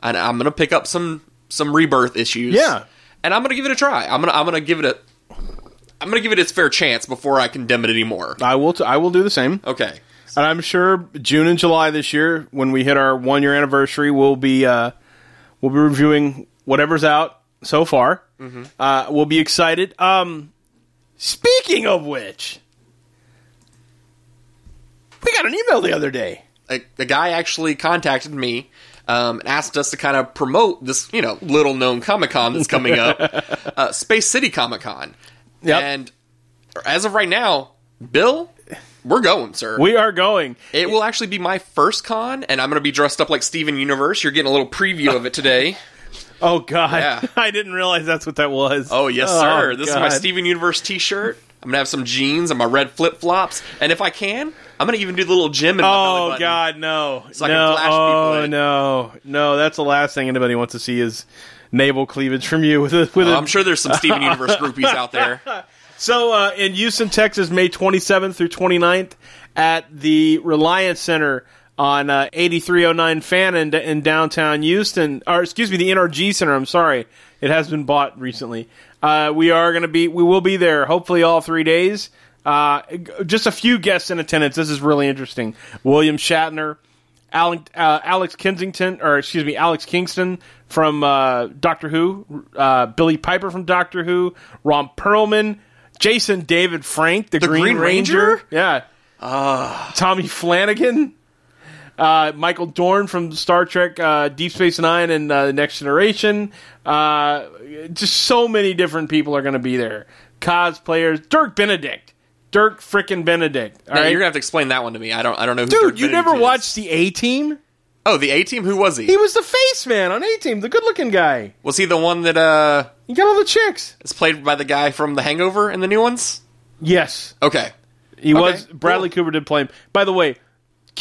Speaker 1: and i'm gonna pick up some some rebirth issues
Speaker 2: Yeah.
Speaker 1: and i'm gonna give it a try i'm gonna i'm gonna give it a i'm gonna give it its fair chance before i condemn it anymore
Speaker 2: I will t- I will do the same.
Speaker 1: okay
Speaker 2: And I'm sure June and July this year, when we hit our one year anniversary, we'll be uh, we'll be reviewing whatever's out so far.
Speaker 1: Mm-hmm.
Speaker 2: Uh, we'll be excited. Um, speaking of which, we got an email the other day.
Speaker 1: a, a guy actually contacted me um, and asked us to kind of promote this, you know, little known Comic Con that's coming up, uh, Space City Comic Con.
Speaker 2: Yep.
Speaker 1: And as of right now, Bill, we're going, sir.
Speaker 2: We are going.
Speaker 1: It will actually be my first con, and I'm going to be dressed up like Steven Universe. You're getting a little preview of it today.
Speaker 2: Oh God,
Speaker 1: Yeah.
Speaker 2: I didn't realize that's what that was.
Speaker 1: Oh, yes, sir. This is my
Speaker 2: God.
Speaker 1: Steven Universe t shirt. I'm going to have some jeans and my red flip flops. And if I can, I'm going to even do the little gym in my belly
Speaker 2: Oh
Speaker 1: button.
Speaker 2: God, no!
Speaker 1: I can
Speaker 2: no,
Speaker 1: flash people
Speaker 2: oh
Speaker 1: in.
Speaker 2: no, no! That's the last thing anybody wants to see is navel cleavage from you with a with a
Speaker 1: I'm sure there's some Steven Universe groupies out there.
Speaker 2: So uh, in Houston, Texas, May 27th through 29th at the Reliance Center on uh, 8309 Fan in, in downtown Houston, or excuse me, the NRG Center. I'm sorry, it has been bought recently. Uh, we are going to be, we will be there hopefully all three days. Uh, g- just a few guests in attendance. This is really interesting. William Shatner. Alec, uh, Alex Kensington, or excuse me, Alex Kingston from uh, Doctor Who, uh, Billy Piper from Doctor Who, Ron Perlman, Jason David Frank, the, Green,
Speaker 1: Green
Speaker 2: Ranger,
Speaker 1: Ranger? Ah.
Speaker 2: yeah, Tommy Flanagan, uh, Michael Dorn from Star Trek, uh, Deep Space Nine, and uh, Next Generation. Uh, just so many different people are going to be there. Cosplayers, Dirk Benedict, Dirk frickin' Benedict. All
Speaker 1: Now,
Speaker 2: right?
Speaker 1: You're going to have to explain that one to me. I don't I don't know who Dirk
Speaker 2: dude, you
Speaker 1: Benedict
Speaker 2: never
Speaker 1: is.
Speaker 2: watched the A Team?
Speaker 1: Oh, the A team? Who was he?
Speaker 2: He was the face man on A Team, the good looking guy.
Speaker 1: Was he the one that uh
Speaker 2: He got all the chicks.
Speaker 1: is played by the guy from The Hangover and the new ones?
Speaker 2: Yes.
Speaker 1: Okay.
Speaker 2: He was.
Speaker 1: cool.
Speaker 2: Bradley Cooper did play him. By the way,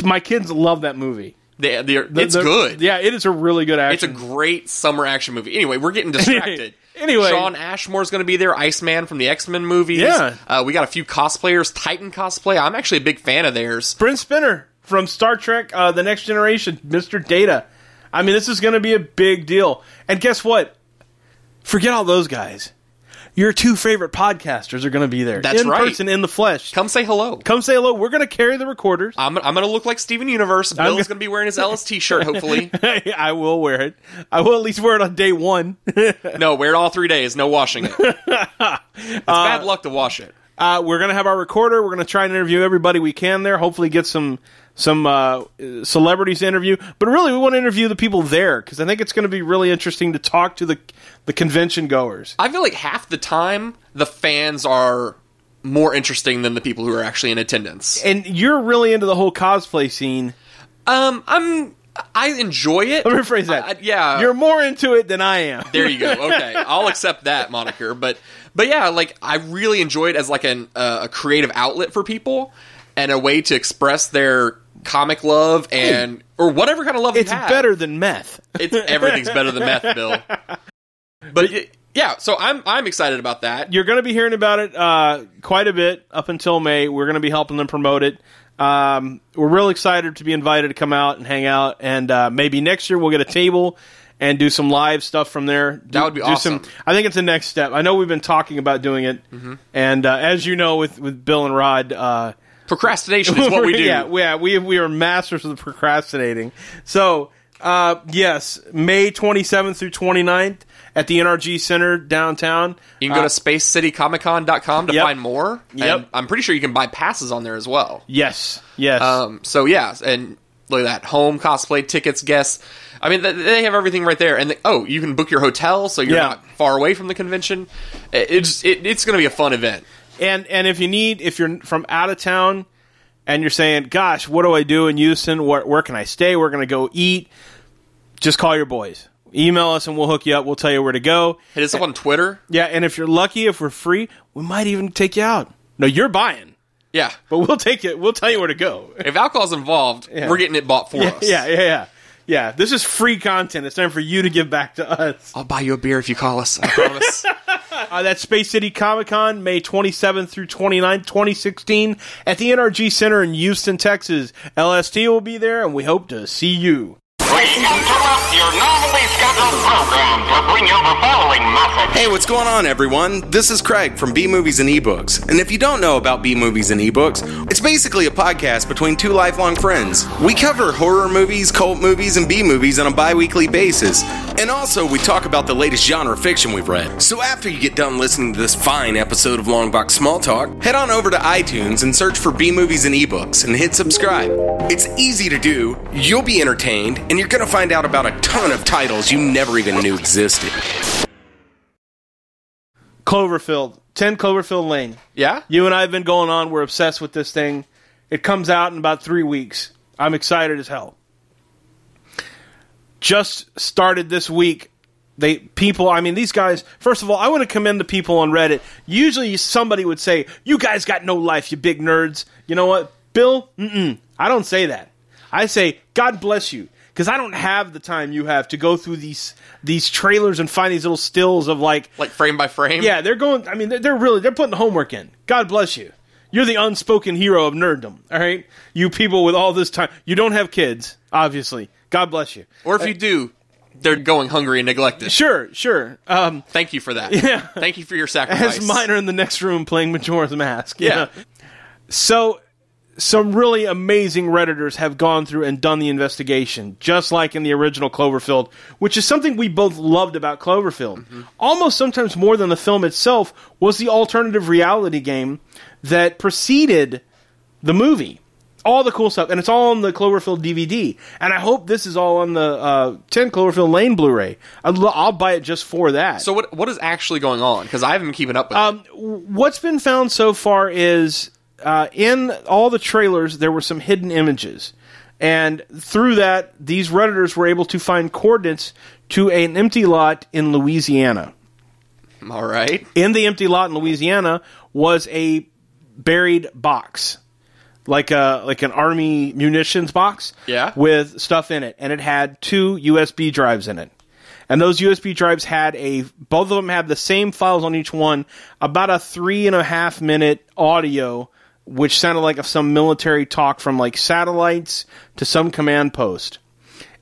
Speaker 2: my kids love that movie.
Speaker 1: They, they're, it's
Speaker 2: The-
Speaker 1: good.
Speaker 2: Yeah, it is a really good
Speaker 1: It's a
Speaker 2: action.
Speaker 1: great summer action movie. Anyway, we're getting distracted.
Speaker 2: Anyway.
Speaker 1: Sean Ashmore's going to be there. Iceman from the X Men movies.
Speaker 2: Yeah.
Speaker 1: uh, we got a few cosplayers. Titan cosplay. I'm actually a big fan of theirs.
Speaker 2: Brent Spinner from Star Trek uh, The Next Generation, Mr. Data. I mean, this is going to be a big deal. And guess what? Forget all those guys. Your two favorite podcasters are going to be there.
Speaker 1: That's
Speaker 2: in
Speaker 1: right.
Speaker 2: person, in the flesh.
Speaker 1: Come say hello.
Speaker 2: Come say hello. We're going to carry the recorders.
Speaker 1: I'm, I'm going to look like Steven Universe. Bill's
Speaker 2: go-
Speaker 1: going to be wearing his LST shirt. Hopefully,
Speaker 2: I will wear it. I will at least wear it on day one.
Speaker 1: no, wear it all three days. No washing it. It's bad luck to wash it.
Speaker 2: Uh, we're gonna have our recorder. We're gonna try and interview everybody we can there. Hopefully, get some some uh, celebrities to interview. But really, we want to interview the people there because I think it's gonna be really interesting to talk to the the convention goers.
Speaker 1: I feel like half the time the fans are more interesting than the people who are actually in attendance.
Speaker 2: And you're really into the whole cosplay scene.
Speaker 1: Um, I'm I enjoy it.
Speaker 2: Let me rephrase that.
Speaker 1: I- Uh, yeah.
Speaker 2: You're more into it than I am.
Speaker 1: There you go. Okay, I'll accept that moniker. But but yeah, like I really enjoy it as like an uh, a creative outlet for people and a way to express their comic love and or whatever kind of love
Speaker 2: It's
Speaker 1: you have.
Speaker 2: better than meth.
Speaker 1: It's everything's better than meth, Bill. But y yeah, so I'm I'm excited about that.
Speaker 2: You're going to be hearing about it uh, quite a bit up until May. We're going to be helping them promote it. Um, we're real excited to be invited to come out and hang out, and uh, maybe next year we'll get a table and do some live stuff from there. Do-
Speaker 1: That would be
Speaker 2: do
Speaker 1: awesome. Mm-hmm.
Speaker 2: Some, I think it's the next step. I know we've been talking about doing it, and uh, as you know, with with Bill and Rod. Uh,
Speaker 1: Procrastination is what we do.
Speaker 2: Yeah, we- yeah, we we are masters of procrastinating. So, uh, yes, May 27th through 29th at the NRG Center downtown.
Speaker 1: You can go to spacecitycomiccon.com to
Speaker 2: Uh, Yep.
Speaker 1: find more. and
Speaker 2: Yep.
Speaker 1: I'm pretty sure you can buy passes on there as well.
Speaker 2: Yes, yes.
Speaker 1: Um, so yeah, and look at that home cosplay tickets, guests. I mean, th- they have everything right there. And they, oh, you can book your hotel, so you're
Speaker 2: Yeah.
Speaker 1: not far away from the convention. It- It's it, it's going to be a fun event.
Speaker 2: and and if you need if you're from out of town and you're saying, "Gosh, what do I do in Houston? Where, where can I stay? Where can I go eat?" Just call your boys. Email us and we'll hook you up. We'll tell you where to go.
Speaker 1: Hit us up on Twitter.
Speaker 2: Yeah, and if you're lucky, if we're free, we might even take you out. No, you're buying,
Speaker 1: Yeah,
Speaker 2: but we'll take you. We'll tell you where to go.
Speaker 1: if alcohol's involved, we're getting it bought for us.
Speaker 2: Yeah, yeah, yeah. Yeah, this is free content. It's time for you to give back to us.
Speaker 1: I'll buy you a beer if you call us. I promise.
Speaker 2: Uh, that's Space City Comic Con, May 27th through 29th, 2016, at the NRG Center in Houston, Texas. LST will be there, and we hope to see you.
Speaker 3: We interrupt your normally scheduled program to bring you the following message.
Speaker 4: Hey, what's going on, everyone? This is Craig from B Movies and Ebooks. And if you don't know about B Movies and Ebooks, it's basically a podcast between two lifelong friends. We cover horror movies, cult movies, and B movies on a bi weekly basis. And also, we talk about the latest genre fiction we've read. So after you get done listening to this fine episode of Long Box Small Talk, head on over to iTunes and search for B Movies and Ebooks and hit subscribe. It's easy to do, you'll be entertained, and you're going to find out about a ton of titles you never even knew existed.
Speaker 2: Cloverfield, 10 Cloverfield Lane.
Speaker 1: yeah,
Speaker 2: You and I have been going on. We're obsessed with this thing. It comes out in about three weeks. I'm excited as hell. Just started this week. They people, I mean, these guys. First of all, I want to commend the people on Reddit. Usually, somebody would say, "You guys got no life, you big nerds." You know what, Bill? Mm-mm. I don't say that. I say, "God bless you," because I don't have the time you have to go through these these trailers and find these little stills of like
Speaker 1: like frame by frame.
Speaker 2: yeah, they're going. I mean, they're, they're really they're putting the homework in. God bless you. You're the unspoken hero of nerddom. All right, you people with all this time. You don't have kids, obviously. God bless you.
Speaker 1: Or if you do, they're going hungry and neglected.
Speaker 2: Sure, sure. Um,
Speaker 1: Thank you for that.
Speaker 2: Yeah.
Speaker 1: Thank you for your sacrifice.
Speaker 2: as mine are in the next room playing Majora's Mask. you
Speaker 1: Yeah.
Speaker 2: know. So, some really amazing redditors have gone through and done the investigation, just like in the original Cloverfield, which is something we both loved about Cloverfield.
Speaker 1: Mm-hmm.
Speaker 2: Almost sometimes more than the film itself was the alternative reality game that preceded the movie. All the cool stuff, and it's all on the Cloverfield DVD. And I hope this is all on the uh, 10 Cloverfield Lane Blu-ray. I'd lo- I'll buy it just for that.
Speaker 1: So what what is actually going on? Because I haven't been keeping up with.
Speaker 2: Um,
Speaker 1: it.
Speaker 2: what's been found so far is uh, in all the trailers there were some hidden images and through that these redditors were able to find coordinates to an empty lot in louisiana
Speaker 1: All right.
Speaker 2: in the empty lot in louisiana was a buried box like a like an army munitions box
Speaker 1: Yeah.
Speaker 2: with stuff in it and it had two usb drives in it and those usb drives had a both of them had the same files on each one about a three and a half minute audio which sounded like some military talk from like satellites to some command post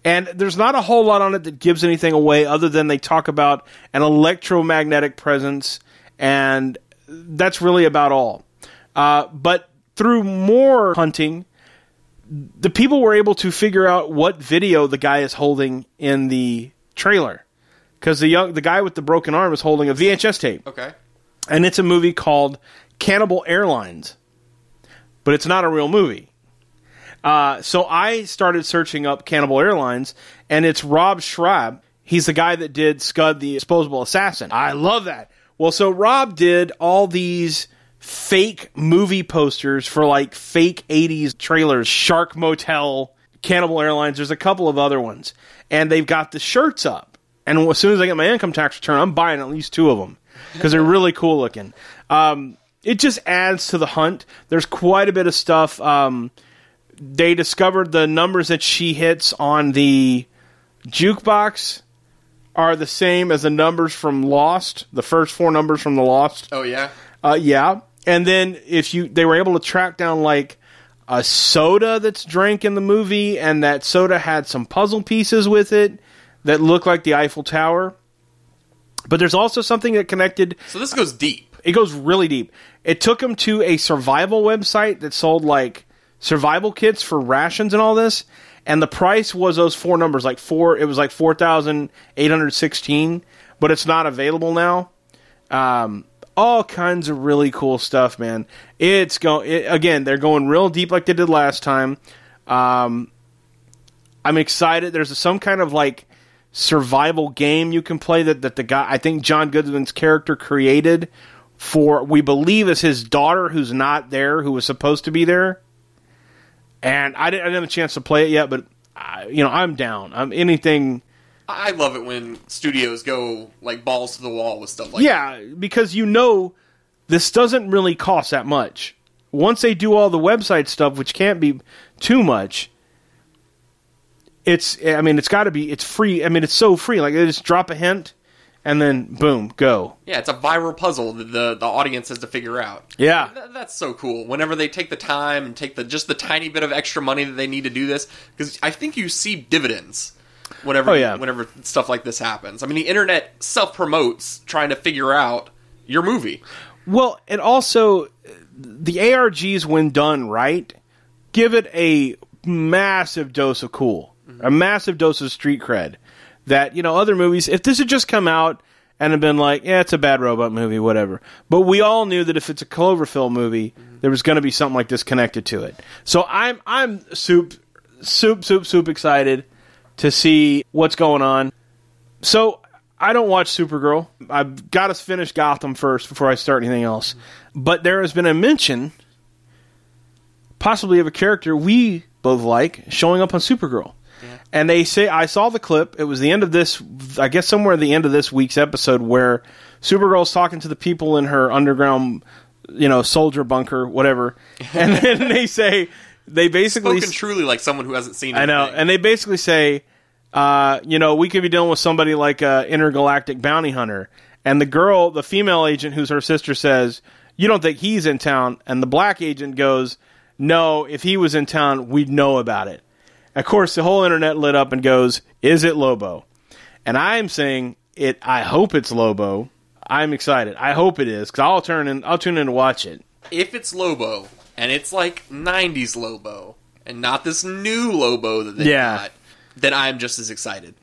Speaker 2: and there's not a whole lot on it that gives anything away other than they talk about an electromagnetic presence and that's really about all uh, but through more hunting the people were able to figure out what video the guy is holding in the trailer because the young the guy with the broken arm is holding a VHS tape,
Speaker 1: Okay.
Speaker 2: and it's a movie called Cannibal Airlines, but it's not a real movie. Uh, so I started searching up Cannibal Airlines, and it's Rob Schraub. He's the guy that did Scud the Disposable Assassin. I love that. Well, so Rob did all these fake movie posters for like fake 80s trailers, Shark Motel, Cannibal Airlines. There's a couple of other ones, and they've got the shirts up. And as soon as I get my income tax return, I'm buying at least two of them because they're really cool looking. Um, it just adds to the hunt. There's quite a bit of stuff. Um, they discovered the numbers that she hits on the jukebox are the same as the numbers from Lost, the first four numbers from the Lost
Speaker 1: Oh yeah.
Speaker 2: uh, yeah, and then if you they were able to track down like a soda that's drank in the movie, and that soda had some puzzle pieces with it that look like the Eiffel Tower. But there's also something that connected.
Speaker 1: So this goes deep.
Speaker 2: It goes really deep. It took them to a survival website that sold like survival kits for rations and all this, and the price was those four numbers, like four. It was like four thousand eight hundred sixteen, but it's not available now um, all kinds of really cool stuff, man. It's going it, again. They're going real deep like they did last time. Um, I'm excited. There's some kind of like survival game you can play that that the guy I think John Goodman's character created for we believe is his daughter who's not there who was supposed to be there. And I didn't, I didn't have a chance to play it yet, but I, you know I'm down. I'm anything.
Speaker 1: I love it when studios go like balls to the wall with stuff like
Speaker 2: yeah, because you know this doesn't really cost that much. Once they do all the website stuff, which can't be too much, it's I mean it's got to be it's free. I mean it's so free. Like they just drop a hint and then boom, go.
Speaker 1: Yeah, it's a viral puzzle that the the audience has to figure out.
Speaker 2: Yeah.
Speaker 1: Th- that's so cool. Whenever they take the time and take the just the tiny bit of extra money that they need to do this, because I think you see dividends whenever
Speaker 2: Oh, yeah.
Speaker 1: whenever stuff like this happens. I mean, the internet self promotes trying to figure out your movie.
Speaker 2: Well, and also the ARGs, when done right, give it a massive dose of cool, a massive dose of street cred. That you know, other movies, if this had just come out and had been like, yeah, it's a bad robot movie, whatever. But we all knew that if it's a Cloverfield movie, there was going to be something like this connected to it. So I'm I'm soup soup soup soup excited to see what's going on. So I don't watch Supergirl. I've got to finish Gotham first before I start anything else. But there has been a mention, possibly of a character we both like, showing up on Supergirl. And they say I saw the clip. It was the end of this, I guess, somewhere at the end of this week's episode where Supergirl's talking to the people in her underground, you know, soldier bunker, whatever. And then they say they basically
Speaker 1: Spoken truly like someone who hasn't seen.
Speaker 2: I know,
Speaker 1: anything.
Speaker 2: and they basically say, uh, you know, we could be dealing with somebody like a intergalactic bounty hunter. And the girl, the female agent, who's her sister, says, "You don't think he's in town?" And the black agent goes, "No, if he was in town, we'd know about it." Of course, the whole internet lit up and goes, "Is it Lobo?" And I am saying it. I hope it's Lobo. I'm excited. I hope it is because I'll turn in. I'll tune in to watch it.
Speaker 1: if it's Lobo and it's like '90s Lobo and not this new Lobo that they
Speaker 2: Yeah.
Speaker 1: got, then I'm just as excited.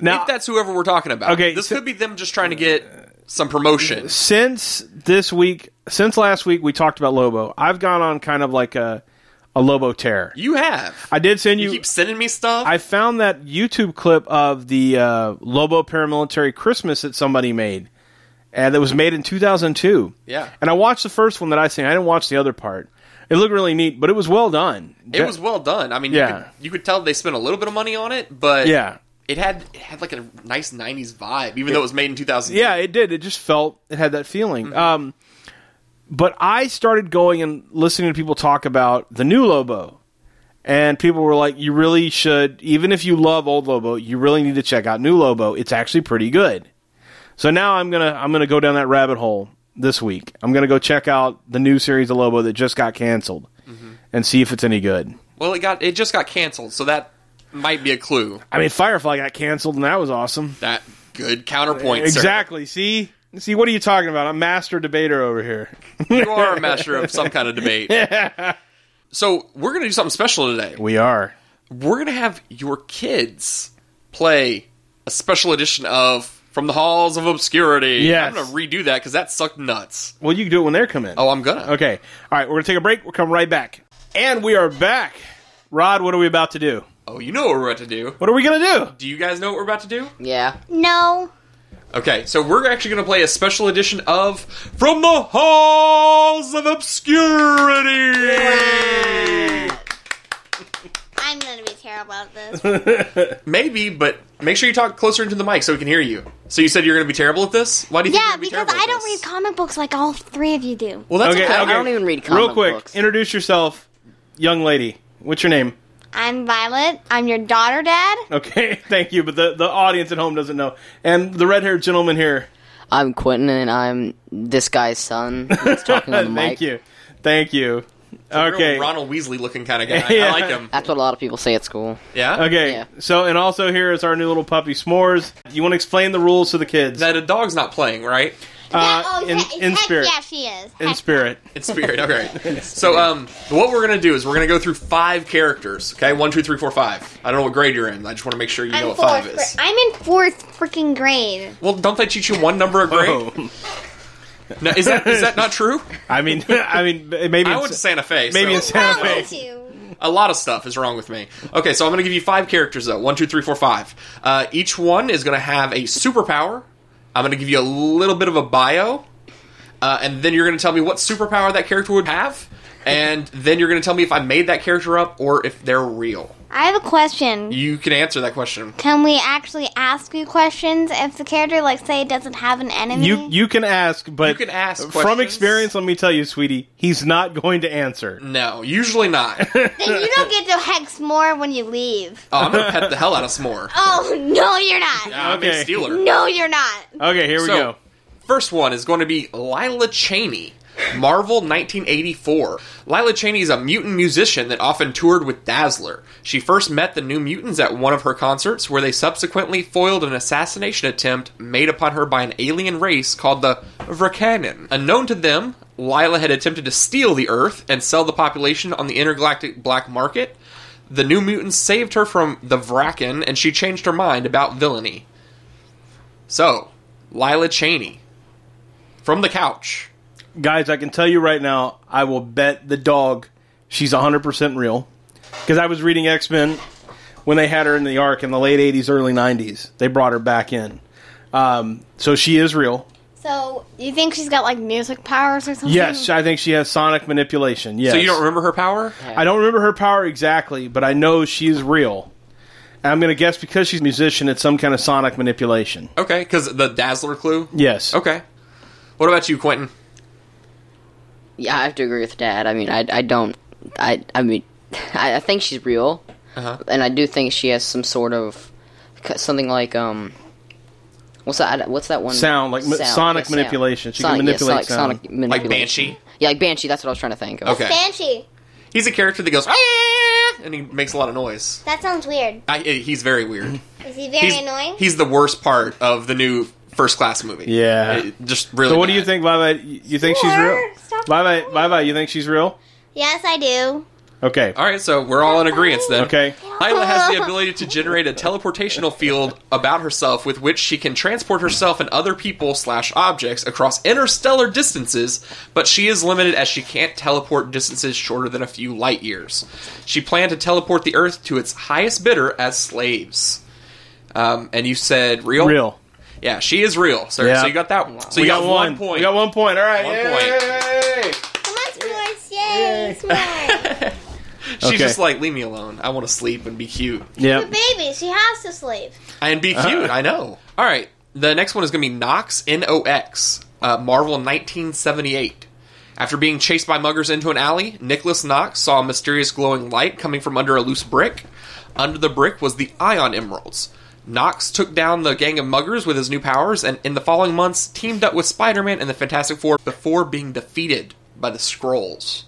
Speaker 2: Now
Speaker 1: if that's whoever we're talking about.
Speaker 2: Okay,
Speaker 1: this
Speaker 2: so-
Speaker 1: could be them just trying to get some promotion.
Speaker 2: since this week, since last week, we talked about Lobo. I've gone on kind of like a a Lobo tear.
Speaker 1: You have.
Speaker 2: I did send
Speaker 1: You
Speaker 2: you.
Speaker 1: keep sending me stuff.
Speaker 2: I found that YouTube clip of the uh, Lobo paramilitary Christmas that somebody made, and that was made in 2002.
Speaker 1: Yeah.
Speaker 2: and I watched the first one that I seen. I didn't watch the other part. It looked really neat, but it was well done.
Speaker 1: it was well done. I mean, you,
Speaker 2: Yeah.
Speaker 1: could, you could tell they spent a little bit of money on it, but
Speaker 2: Yeah.
Speaker 1: it had it had like a nice '90s vibe, even though it was made in 2000.
Speaker 2: Yeah, it did. It just felt it had that feeling. Um, but I started going and listening to people talk about the new Lobo, and people were like, "You really should, even if you love old Lobo, you really need to check out new Lobo. It's actually pretty good." So now I'm gonna I'm gonna go down that rabbit hole this week. I'm gonna go check out the new series of Lobo that just got canceled and see if it's any good.
Speaker 1: Well, it got it just got canceled, so that might be a clue.
Speaker 2: I mean, Firefly got canceled, and that was awesome.
Speaker 1: That good counterpoint. sir.
Speaker 2: Exactly. See. See, what are you talking about? I'm master debater over here.
Speaker 1: You are a master of some kind of debate. So we're gonna do something special today.
Speaker 2: We are.
Speaker 1: We're gonna have your kids play a special edition of From the Halls of Obscurity.
Speaker 2: Yes.
Speaker 1: I'm gonna redo that because that sucked nuts.
Speaker 2: Well, you can do it when they're coming.
Speaker 1: Oh, I'm gonna.
Speaker 2: okay. All right, we're gonna take a break. We'll come right back, and we are back. Rod, what are we about to do?
Speaker 1: Oh, you know what we're about to do.
Speaker 2: What are we gonna
Speaker 1: Do you guys know what we're about to do?
Speaker 5: Yeah.
Speaker 6: No.
Speaker 1: Okay, so we're actually going to play a special edition of From the Halls of Obscurity.
Speaker 6: I'm gonna be terrible
Speaker 5: sure about this.
Speaker 1: Maybe, but make sure you talk closer into the mic so we can hear you. So you said you're going to be terrible at this? Why do you
Speaker 5: yeah,
Speaker 1: think you're
Speaker 5: because
Speaker 1: gonna be terrible
Speaker 5: I
Speaker 1: at
Speaker 5: don't read
Speaker 1: this?
Speaker 5: comic books like all three of you do.
Speaker 1: Well, that's
Speaker 2: Okay,
Speaker 1: okay.
Speaker 2: okay.
Speaker 6: I don't even read comic
Speaker 2: Real quick,
Speaker 6: books.
Speaker 2: introduce yourself, young lady. What's your name?
Speaker 5: I'm Violet. I'm your daughter, Dad.
Speaker 2: Okay, thank you. But the, the audience at home doesn't know. And the red haired gentleman here.
Speaker 6: I'm Quentin, and I'm this guy's son. He's talking on the mic.
Speaker 2: thank you. Thank you. Okay.
Speaker 1: Real Ronald Weasley looking kind of guy. I
Speaker 2: Yeah.
Speaker 1: like him.
Speaker 6: That's what a lot of people say at school.
Speaker 1: Yeah.
Speaker 2: Okay.
Speaker 6: Yeah.
Speaker 2: So, and also here is our new little puppy, S'mores. You want to explain the rules to the kids?
Speaker 1: That a dog's not playing, right?
Speaker 2: uh,
Speaker 5: yeah, oh,
Speaker 2: in,
Speaker 5: heck,
Speaker 2: in
Speaker 5: heck
Speaker 2: spirit.
Speaker 5: Yeah, she is.
Speaker 2: In
Speaker 5: Heck-
Speaker 2: spirit.
Speaker 1: It's spirit. Okay. So, um, what we're gonna do is we're gonna go through five characters. Okay, one, two, three, four, five. I don't know what grade you're in. I just want to make sure you know
Speaker 5: I'm,
Speaker 1: what five
Speaker 5: fourth,
Speaker 1: is.
Speaker 5: gra- I'm in fourth freaking grade.
Speaker 1: Well, don't they teach you one number of grade?
Speaker 2: Oh.
Speaker 1: No, is that is that not true?
Speaker 2: I mean, I mean, maybe.
Speaker 1: I
Speaker 2: it's-
Speaker 1: went to Santa Fe.
Speaker 2: maybe
Speaker 1: so
Speaker 2: in Santa Fe.
Speaker 5: Why would you?
Speaker 1: a lot of stuff is wrong with me. Okay, so I'm gonna give you five characters though. One, two, three, four, five. Uh, each one is gonna have a superpower. I'm gonna give you a little bit of a bio, uh, and then you're gonna tell me what superpower that character would have, and then you're gonna tell me if I made that character up or if they're real.
Speaker 5: I have a question.
Speaker 1: You can answer that question.
Speaker 5: Can we actually ask you questions if the character, like, say, doesn't have an enemy?
Speaker 2: You you can ask, but
Speaker 1: Mm-hmm. You can ask
Speaker 2: from
Speaker 1: questions.
Speaker 2: experience. Let me tell you, sweetie, he's not going to answer.
Speaker 1: No, usually not. Oh,
Speaker 5: Then you don't get to hex more when you leave.
Speaker 1: I'm gonna pet the hell out of S'more.
Speaker 5: Oh, no, you're not.
Speaker 1: I'm
Speaker 2: Okay.
Speaker 1: a stealer.
Speaker 5: No, you're not.
Speaker 2: Okay, here we
Speaker 1: So-
Speaker 2: go.
Speaker 1: First one is going to be Lila Cheney, Marvel 1984. Lila Cheney is a mutant musician that often toured with Dazzler. She first met the New Mutants at one of her concerts, where they subsequently foiled an assassination attempt made upon her by an alien race called the Vrakanen. Unknown to them, Lila had attempted to steal the Earth and sell the population on the intergalactic black market. The New Mutants saved her from the Vraken, and she changed her mind about villainy. So, Lila Cheney from the couch.
Speaker 2: Guys, I can tell you right now, I will bet the dog she's 100% real. Because I was reading X Men when they had her in the arc in the late 80s, early 90s. They brought her back in. Um, so she is real.
Speaker 5: So, you think she's got, like, music powers or something?
Speaker 2: Yes, I think she has sonic manipulation. Yes.
Speaker 1: So you don't remember her power?
Speaker 2: I don't remember her power exactly, but I know she is real. And I'm going to guess because she's a musician, it's some kind of sonic manipulation.
Speaker 1: Okay, because the Dazzler clue.
Speaker 2: Yes.
Speaker 1: Okay. What about you, Quentin?
Speaker 6: Yeah, I have to agree with Dad. I mean, I, I don't. I I mean, I, I think she's real,
Speaker 2: Uh-huh.
Speaker 6: and I do think she has some sort of something like um. What's that? What's that one?
Speaker 2: Sound, like ma- sonic
Speaker 6: sound.
Speaker 2: manipulation. She can
Speaker 6: Sonic- yeah,
Speaker 2: manipulate
Speaker 6: sonic,
Speaker 2: sound.
Speaker 6: sonic manipulation.
Speaker 1: Banshee?
Speaker 6: Yeah, like banshee. That's what I was trying to think. of.
Speaker 1: Okay.
Speaker 5: Banshee.
Speaker 1: He's a character that goes "Ah," and he makes a lot of noise.
Speaker 5: That sounds weird.
Speaker 1: I, eh, he's very weird.
Speaker 5: Is he very
Speaker 1: He's,
Speaker 5: annoying?
Speaker 1: he's the worst part of the new first class movie.
Speaker 2: Yeah.
Speaker 1: It- just really.
Speaker 2: So what do
Speaker 1: bad.
Speaker 2: you think, Viva? You you think she's
Speaker 5: Sure,
Speaker 2: real?
Speaker 5: stop
Speaker 2: Viva,
Speaker 5: calling.
Speaker 2: Viva, you think she's real?
Speaker 5: yes, I do.
Speaker 2: Okay.
Speaker 1: All right, so we're all in agreement then.
Speaker 2: Okay.
Speaker 1: Hyla has the ability to generate a teleportational field about herself with which she can transport herself and other people slash objects across interstellar distances, but she is limited as she can't teleport distances shorter than a few light years. She planned to teleport the Earth to its highest bidder as slaves. Um, and you said real?
Speaker 2: Real.
Speaker 1: Yeah, she is real, sir.
Speaker 2: Yeah.
Speaker 1: So you got that one. So you got, one point.
Speaker 2: We got one point. All right.
Speaker 1: One
Speaker 2: Yay.
Speaker 5: Come on, S'mores. Yay, S'mores.
Speaker 1: She's
Speaker 2: Okay.
Speaker 1: just like, leave me alone. I want to sleep and be cute.
Speaker 2: Yep.
Speaker 5: Baby, she has to sleep.
Speaker 1: And be cute, I know. Uh-huh. All right, the next one is going to be Nox, N O X, uh, Marvel 1978. After being chased by muggers into an alley, Nicholas Knox saw a mysterious glowing light coming from under a loose brick. Under the brick was the Ion Emeralds. Knox took down the gang of muggers with his new powers, and in the following months, teamed up with Spider Man and the Fantastic Four before being defeated by the Scrolls.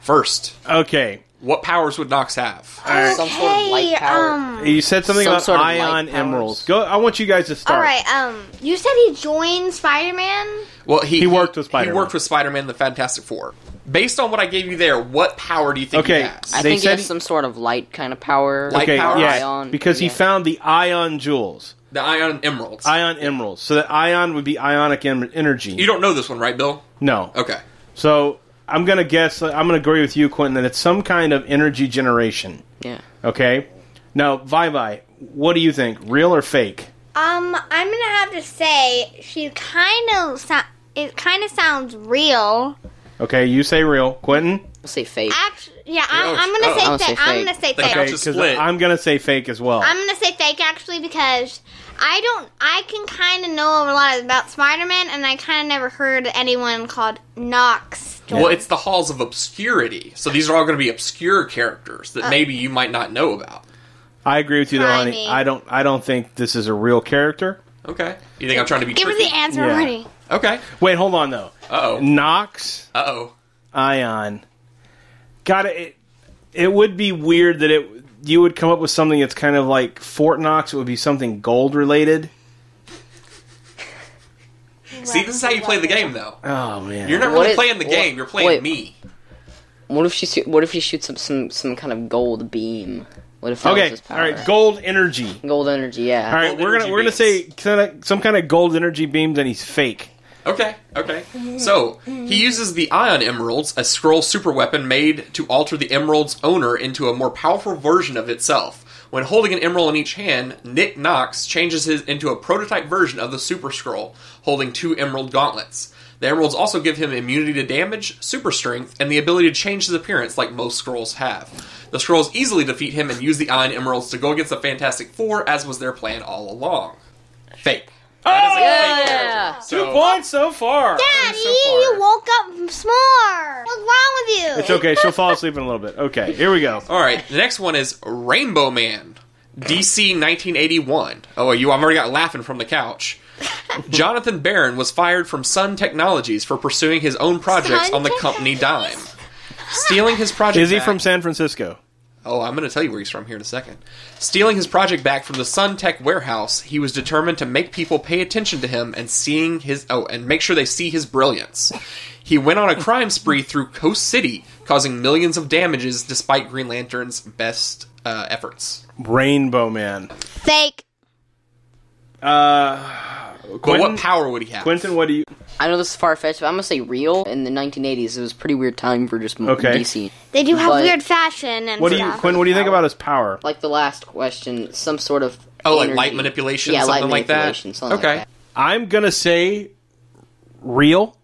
Speaker 1: First,
Speaker 2: Okay.
Speaker 1: what powers would Knox have?
Speaker 6: Some sort of light
Speaker 5: Hey,
Speaker 6: power.
Speaker 5: um.
Speaker 2: You said something
Speaker 6: Some
Speaker 2: about
Speaker 6: sort of light
Speaker 2: ion
Speaker 6: powers.
Speaker 2: emeralds. Go. I want you guys to start.
Speaker 5: All right. Um. You said he joined Spider-Man.
Speaker 1: Well, he,
Speaker 2: He worked with Spider-Man.
Speaker 1: He worked with Spider-Man the Fantastic Four. Based on what I gave you there, what power do you think
Speaker 2: Okay.
Speaker 1: he has?
Speaker 6: I
Speaker 2: They
Speaker 6: think he
Speaker 2: said
Speaker 6: has
Speaker 2: he-
Speaker 6: some sort of light kind of power.
Speaker 1: Light
Speaker 2: Okay.
Speaker 1: power?
Speaker 2: Yeah.
Speaker 6: Ion,
Speaker 2: because he
Speaker 6: yeah.
Speaker 2: found the ion jewels,
Speaker 1: the Ion Emeralds.
Speaker 2: ion emeralds. So that ion would be ionic em- energy.
Speaker 1: you don't know this one, right, Bill?
Speaker 2: no.
Speaker 1: Okay.
Speaker 2: So I'm gonna guess. uh, I'm gonna agree with you, Quentin, that it's some kind of energy generation.
Speaker 6: Yeah.
Speaker 2: Okay. Now, Vivi, what do you think? Real or fake?
Speaker 5: Um. I'm gonna have to say she kind of so- it kind of sounds real.
Speaker 2: Okay, you say real. Quentin?
Speaker 6: We'll say fake.
Speaker 5: Actually, Yeah, I'm,
Speaker 1: Oh,
Speaker 5: I'm gonna
Speaker 1: oh.
Speaker 5: say
Speaker 6: I'll say
Speaker 5: fake. I'm
Speaker 6: fake.
Speaker 5: gonna say
Speaker 1: The
Speaker 5: fake.
Speaker 1: couch
Speaker 2: Okay,
Speaker 1: is
Speaker 2: 'cause
Speaker 1: split.
Speaker 2: I'm gonna say fake as well.
Speaker 5: I'm gonna say fake actually because I don't. I can kind of know a lot about Spider-Man, and I kind of never heard anyone called Knox.
Speaker 1: Well, it's the halls of obscurity. So these are all going to be obscure characters
Speaker 6: Uh,
Speaker 1: that maybe you might not know about.
Speaker 2: I agree with you, though,
Speaker 5: Try
Speaker 2: honey.
Speaker 5: me.
Speaker 2: I don't. I don't think this is a real character.
Speaker 1: Okay. You think I'm trying to be
Speaker 5: Give her
Speaker 1: tricky?
Speaker 5: the answer
Speaker 2: Yeah.
Speaker 5: already.
Speaker 1: Okay.
Speaker 2: Wait, hold on though.
Speaker 1: Uh-oh.
Speaker 2: Knox
Speaker 1: Uh-oh.
Speaker 2: Ion. Got it. It would be weird that it you would come up with something that's kind of like Fort Knox. It would be something gold related.
Speaker 1: See, this is how you play the game, though.
Speaker 2: Oh man.
Speaker 1: You're not
Speaker 6: What
Speaker 1: really
Speaker 6: is-
Speaker 1: playing the
Speaker 6: what-
Speaker 1: game. You're playing
Speaker 6: wait.
Speaker 1: me.
Speaker 6: What if she? shoot- What if he shoots up some some kind of gold beam? What if that was
Speaker 2: okay.
Speaker 6: his
Speaker 2: All
Speaker 6: power?
Speaker 2: right. Gold energy.
Speaker 6: Gold energy. Yeah.
Speaker 2: All right.
Speaker 1: Gold
Speaker 2: we're gonna
Speaker 1: energy
Speaker 2: we're gonna
Speaker 1: beams.
Speaker 2: say kinda, some kind of gold energy beams, and he's fake.
Speaker 1: Okay, okay. So, he uses the Ion Emeralds, a scroll superweapon made to alter the Emerald's owner into a more powerful version of itself. When holding an Emerald in each hand, Nick Knox changes his into a prototype version of the Super Scroll, holding two Emerald gauntlets. The Emeralds also give him immunity to damage, super strength, and the ability to change his appearance like most Scrolls have. The Scrolls easily defeat him and use the Ion Emeralds to go against the Fantastic Four, as was their plan all along. Fake. That is a fake character. So-
Speaker 2: One so far.
Speaker 5: Daddy,
Speaker 1: so far.
Speaker 5: you woke up from s'more. What's wrong with you?
Speaker 2: It's okay. She'll fall asleep in a little bit. Okay. Here we go.
Speaker 1: All right, the next one is Rainbow Man, DC 1981. Oh, you! I've already got laughing from the couch. Jonathan Barron was fired from Sun Technologies for pursuing his own projects
Speaker 5: Sun
Speaker 1: on the company dime, stealing his project.
Speaker 2: Is he
Speaker 1: back-
Speaker 2: from San Francisco?
Speaker 1: Oh, I'm going to tell you where he's from here in a second. Stealing his project back from the Sun Tech warehouse, he was determined to make people pay attention to him and seeing his oh, and make sure they see his brilliance. He went on a crime spree through Coast City, causing millions of damages despite Green Lantern's best uh, efforts.
Speaker 2: Rainbow Man.
Speaker 5: Fake.
Speaker 2: Uh,
Speaker 1: But
Speaker 2: Quentin-
Speaker 1: what power would he have?
Speaker 2: Quentin, what do you?
Speaker 6: I know this is far fetched, but I'm gonna say real. In the 1980s, it was a pretty weird time for just m-
Speaker 2: Okay.
Speaker 6: DC.
Speaker 5: They do have
Speaker 6: But-
Speaker 5: weird fashion and
Speaker 2: What do you,
Speaker 5: stuff.
Speaker 2: Quinn? What do you think about his power?
Speaker 6: Like the last question, some sort of
Speaker 1: Oh, like
Speaker 6: energy.
Speaker 1: light manipulation,
Speaker 6: Yeah,
Speaker 1: something
Speaker 6: light
Speaker 1: like that.
Speaker 6: manipulation, something
Speaker 1: okay,
Speaker 6: like
Speaker 2: I'm gonna say real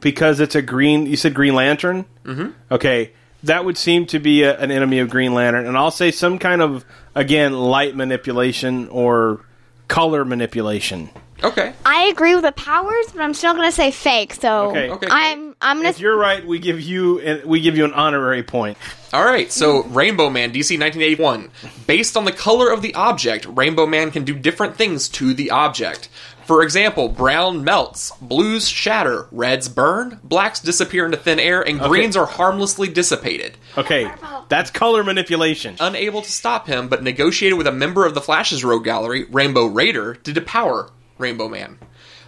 Speaker 2: because it's a green. You said Green Lantern. Mm-hmm. Okay, that would seem to be a, an enemy of Green Lantern, and I'll say some kind of again light manipulation or color manipulation.
Speaker 1: okay,
Speaker 5: I agree with the powers, but I'm still gonna say fake. So
Speaker 2: Okay. Okay,
Speaker 5: I'm I'm gonna
Speaker 2: If you're right, we give you and we give you an honorary point.
Speaker 1: All right, so Rainbow Man, DC 1981. Based on the color of the object, Rainbow Man can do different things to the object. For example, brown melts, blues shatter, reds burn, blacks disappear into thin air, and greens are harmlessly dissipated.
Speaker 2: Okay, that's color manipulation.
Speaker 1: Unable to stop him, but negotiated with a member of the Flash's Rogue Gallery, Rainbow Raider, to depower Rainbow Man.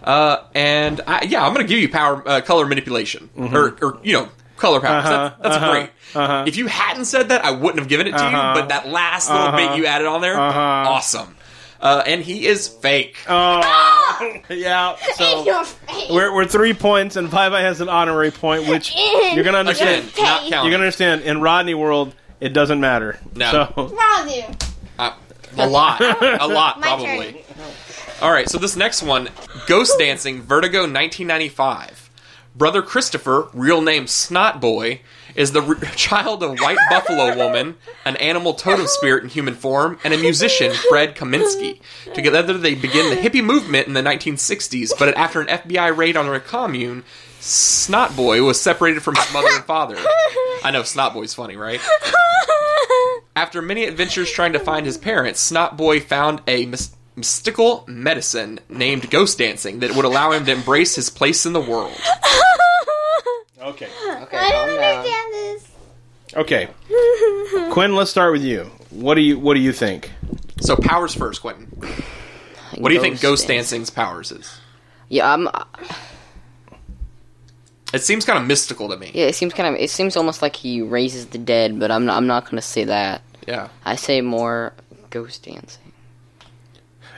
Speaker 1: Uh, and I, yeah, I'm going to give you power, uh, color manipulation, or, or you know, color powers. That's, that's great. If you hadn't said that, I wouldn't have given it to you. But that last little bit you added on there, awesome. Uh, and he is fake.
Speaker 2: Yeah, Oh! so
Speaker 5: You're fake.
Speaker 2: we're, we're three points, and Bye-Bye has an honorary point, which you're gonna understand.
Speaker 1: Again, not
Speaker 5: fake.
Speaker 1: counting.
Speaker 2: You're gonna understand in Rodney world, it doesn't matter.
Speaker 1: No.
Speaker 2: So
Speaker 5: What's wrong with you?
Speaker 1: Uh, a lot, a lot,
Speaker 5: My
Speaker 1: probably.
Speaker 5: turn.
Speaker 1: All right, so this next one, Ghost Dancing, Vertigo, 1995. Brother Christopher, real name Snot Boy, is the re- child of White Buffalo Woman, an animal totem spirit in human form, and a musician, Fred Kaminsky. Together, they begin the hippie movement in the 1960s, but after an FBI raid on a commune, Snot Boy was separated from his mother and father. I know Snot Boy's funny, right? After many adventures trying to find his parents, Snot Boy found a mys- mystical medicine named ghost dancing that would allow him to embrace his place in the world.
Speaker 2: okay,
Speaker 6: that. Okay,
Speaker 1: Oh,
Speaker 5: I don't
Speaker 6: calm down.
Speaker 5: understand this.
Speaker 2: okay. Quinn, let's start with you. What do you What do you think?
Speaker 1: So powers first, Quentin. What do you think ghost dancing's powers is?
Speaker 6: Yeah, I'm,
Speaker 1: It seems kind of mystical to me.
Speaker 6: yeah, it seems kind of. It seems almost like he raises the dead, but I'm not. I'm not gonna say that.
Speaker 1: Yeah.
Speaker 6: I say more ghost dancing.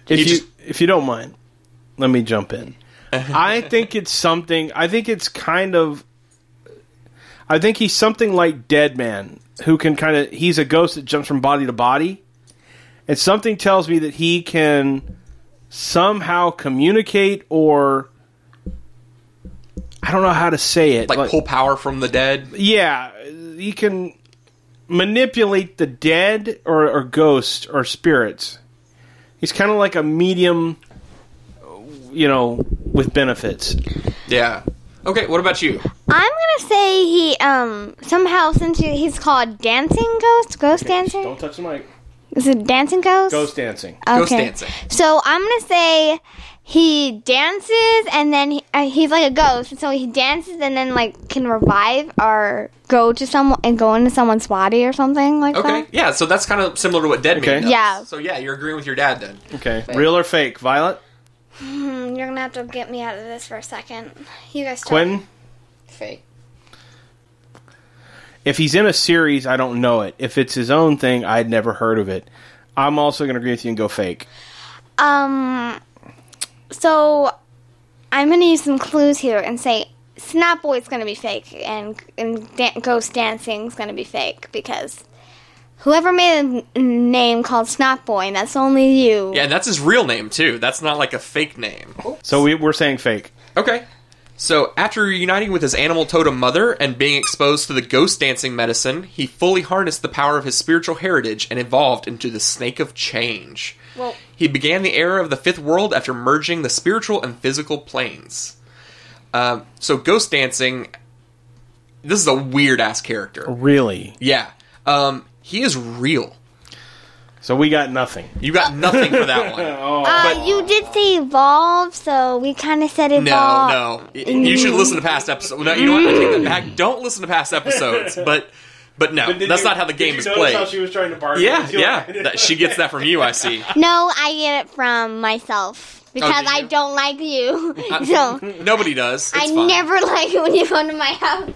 Speaker 2: If you,
Speaker 1: You just-
Speaker 2: If you don't mind, let me jump in. I think it's something. I think it's kind of. I think he's something like Dead Man, who can kind of. He's a ghost that jumps from body to body, and something tells me that he can somehow communicate or. I don't know how to say it.
Speaker 1: Like pull power from the dead.
Speaker 2: Yeah, he can manipulate the dead or, or ghosts or spirits. He's kind of like a medium, you know, with benefits.
Speaker 1: Yeah. Okay, what about you?
Speaker 5: I'm gonna say he um somehow since he- he's called dancing ghost, ghost dancer.
Speaker 2: touch the mic.
Speaker 5: Is it dancing ghost?
Speaker 2: Ghost dancing.
Speaker 5: Okay.
Speaker 1: Ghost dancing.
Speaker 5: So I'm gonna say he dances and then he, uh, he's like a ghost, and so he dances and then like can revive or go to someone and go into someone's body or something like
Speaker 1: Okay,
Speaker 5: that.
Speaker 1: yeah, so that's kind of similar to what Dead
Speaker 2: Okay.
Speaker 1: Man does.
Speaker 5: Yeah.
Speaker 1: So yeah, you're agreeing with your dad then.
Speaker 2: Okay. Real or fake? Violet?
Speaker 5: Hmm, you're gonna have to get me out of this for a second. You guys. talk.
Speaker 2: Quentin?
Speaker 6: Fake.
Speaker 2: If he's in a series, I don't know it. If it's his own thing, I'd never heard of it. I'm also going to agree with you and go fake.
Speaker 5: Um. So I'm gonna use some clues here and say Snap Boy's gonna be fake and and dan- Ghost Dancing's gonna be fake because. Whoever made a n- name called Snap Boy, and that's only you.
Speaker 1: Yeah, and that's his real name too. That's not like a fake name.
Speaker 2: So we, we're saying fake.
Speaker 1: Okay. So, after reuniting with his animal totem mother and being exposed to the ghost dancing medicine, he fully harnessed the power of his spiritual heritage and evolved into the Snake of Change.
Speaker 5: Well-
Speaker 1: he began the era of the Fifth World after merging the spiritual and physical planes. Um, so, ghost dancing. This is a weird ass character.
Speaker 2: Oh. Really?
Speaker 1: Yeah. Um, he is real.
Speaker 2: So we got nothing.
Speaker 1: You got nothing for that one.
Speaker 5: Uh, you did say evolve, so we kind of said
Speaker 1: No,
Speaker 5: evolve.
Speaker 1: no. Y- You should listen to past episodes. No, you know what? I take that
Speaker 5: Mm.
Speaker 1: back. Don't listen to past episodes. But, but no, that's not how the game is played.
Speaker 2: was trying to bargain.
Speaker 1: yeah, yeah. That, she gets that from you. I see.
Speaker 5: No, I get it from myself because
Speaker 1: do
Speaker 5: I
Speaker 1: Oh, you?
Speaker 5: don't like you. so
Speaker 1: Nobody does. It's
Speaker 5: I
Speaker 1: fine.
Speaker 5: never like it when you come to my house.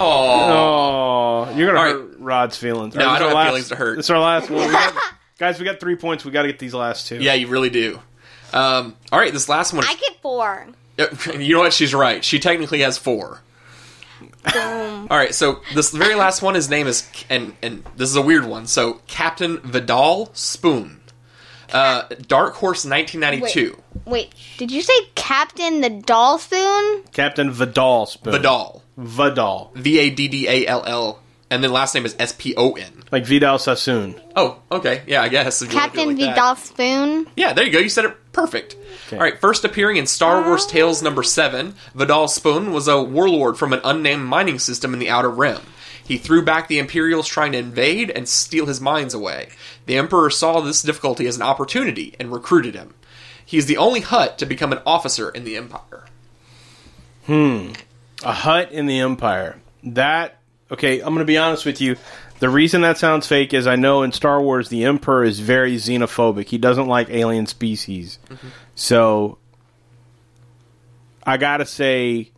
Speaker 1: Oh,
Speaker 2: Oh, you're gonna
Speaker 1: All
Speaker 2: hurt Rod's feelings.
Speaker 1: No,
Speaker 2: All
Speaker 1: I
Speaker 2: this
Speaker 1: don't
Speaker 2: is our
Speaker 1: have
Speaker 2: last-
Speaker 1: feelings to hurt.
Speaker 2: It's our last one, We got- guys. We got three points. We got to get these last two.
Speaker 1: yeah. You really do. Um, all right. This last one.
Speaker 5: I get four.
Speaker 1: You know what? She's right. She technically has four. all right. So this very last one. His name is and and this is a weird one. So Captain Vidal Spoon, uh, Dark Horse, nineteen ninety two.
Speaker 5: Wait, did you say Captain the Doll Spoon?
Speaker 2: Captain Vidal Spoon.
Speaker 1: Vidal.
Speaker 2: Vidal.
Speaker 1: V A D D A L L. And then last name is S P O N.
Speaker 2: Like Vidal Sassoon.
Speaker 1: Oh, okay. Yeah, I guess. if you wanna do it
Speaker 5: Captain
Speaker 1: like
Speaker 5: the
Speaker 1: that.
Speaker 5: Doll Spoon?
Speaker 1: Yeah, there you go. You said it perfect. All right, first appearing in Star Wars Tales number 7, Vidal Spoon was a warlord from an unnamed mining system in the Outer Rim. He threw back the Imperials trying to invade and steal his mines away. The Emperor saw this difficulty as an opportunity and recruited him. He is the only Hut to become an officer in the Empire.
Speaker 2: A hut in the empire. That okay. I'm gonna be honest with you. The reason that sounds fake is I know in Star Wars the Emperor is very xenophobic. He doesn't like alien species.
Speaker 1: Mm-hmm.
Speaker 2: So I gotta say,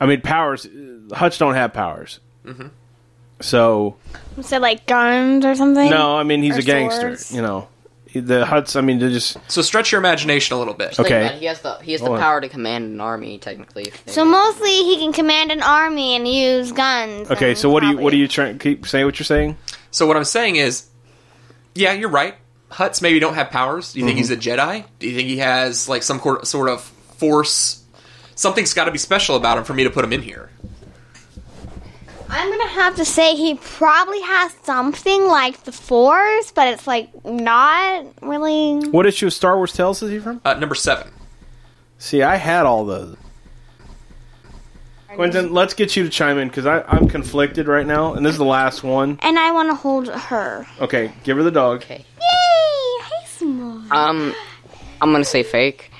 Speaker 2: I mean powers. uh, Huts don't have powers.
Speaker 1: Mm-hmm.
Speaker 2: So
Speaker 5: So like guns or something?
Speaker 2: no, I mean he's
Speaker 5: Or
Speaker 2: a gangster.
Speaker 5: swords.
Speaker 2: You know, the Huts. I mean they just
Speaker 1: So stretch your imagination a little bit.
Speaker 6: Think
Speaker 2: Okay.
Speaker 6: about it, He has the he has the
Speaker 2: Hold on.
Speaker 6: power to command an army technically. if they-
Speaker 5: So mostly he can command an army and use guns.
Speaker 2: okay.
Speaker 5: and
Speaker 2: So what do you what
Speaker 5: probably-
Speaker 2: are you trying? Keep say what you're saying.
Speaker 1: So what I'm saying is, yeah, you're right. Huts maybe don't have powers. Do you think he's a Jedi? Do you think he has like some cor- sort of force? Something's got to be special about him for me to put him in here.
Speaker 5: I'm gonna have to say he probably has something like the force, but it's like not really.
Speaker 2: What issue of Star Wars Tales is he from?
Speaker 1: Uh, number seven.
Speaker 2: See, I had all those. Quentin, let's get you to chime in because I'm conflicted right now, and this is the last one.
Speaker 5: And I want to hold her.
Speaker 2: Okay, give her the dog.
Speaker 6: Okay.
Speaker 5: Yay! Hey, small.
Speaker 6: Um, I'm gonna say fake.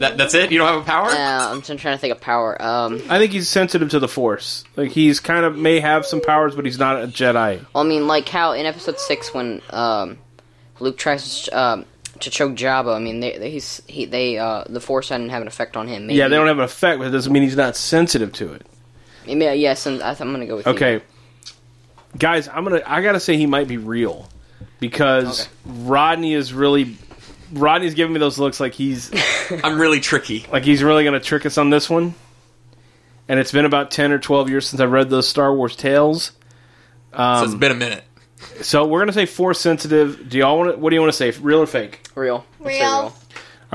Speaker 1: That, that's it. You don't have a power.
Speaker 6: Uh, I'm just trying to think of power. Um,
Speaker 2: I think he's sensitive to the Force. Like he's kind of may have some powers, but he's not a Jedi.
Speaker 6: well, I mean, like how in episode six when um, Luke tries to, um, to choke Jabba. I mean, they, they he's he they uh the Force didn't have an effect on him. Maybe.
Speaker 2: Yeah, they don't have an effect, but it doesn't mean he's not sensitive to it.
Speaker 6: Yeah, yeah. So I th- I'm gonna go with you.
Speaker 2: Okay, guys, I'm gonna. I gotta say he might be real because
Speaker 6: Okay.
Speaker 2: Rodney is really. Rodney's giving me those looks like he's
Speaker 1: I'm really tricky.
Speaker 2: like he's really going to trick us on this one. And it's been about 10 or 12 years since I read those Star Wars tales.
Speaker 1: so it's been a minute.
Speaker 2: So we're going to say force sensitive. Do y'all want to, what do you want to say? Real or fake?
Speaker 6: Real. Let's say
Speaker 5: Real.
Speaker 2: All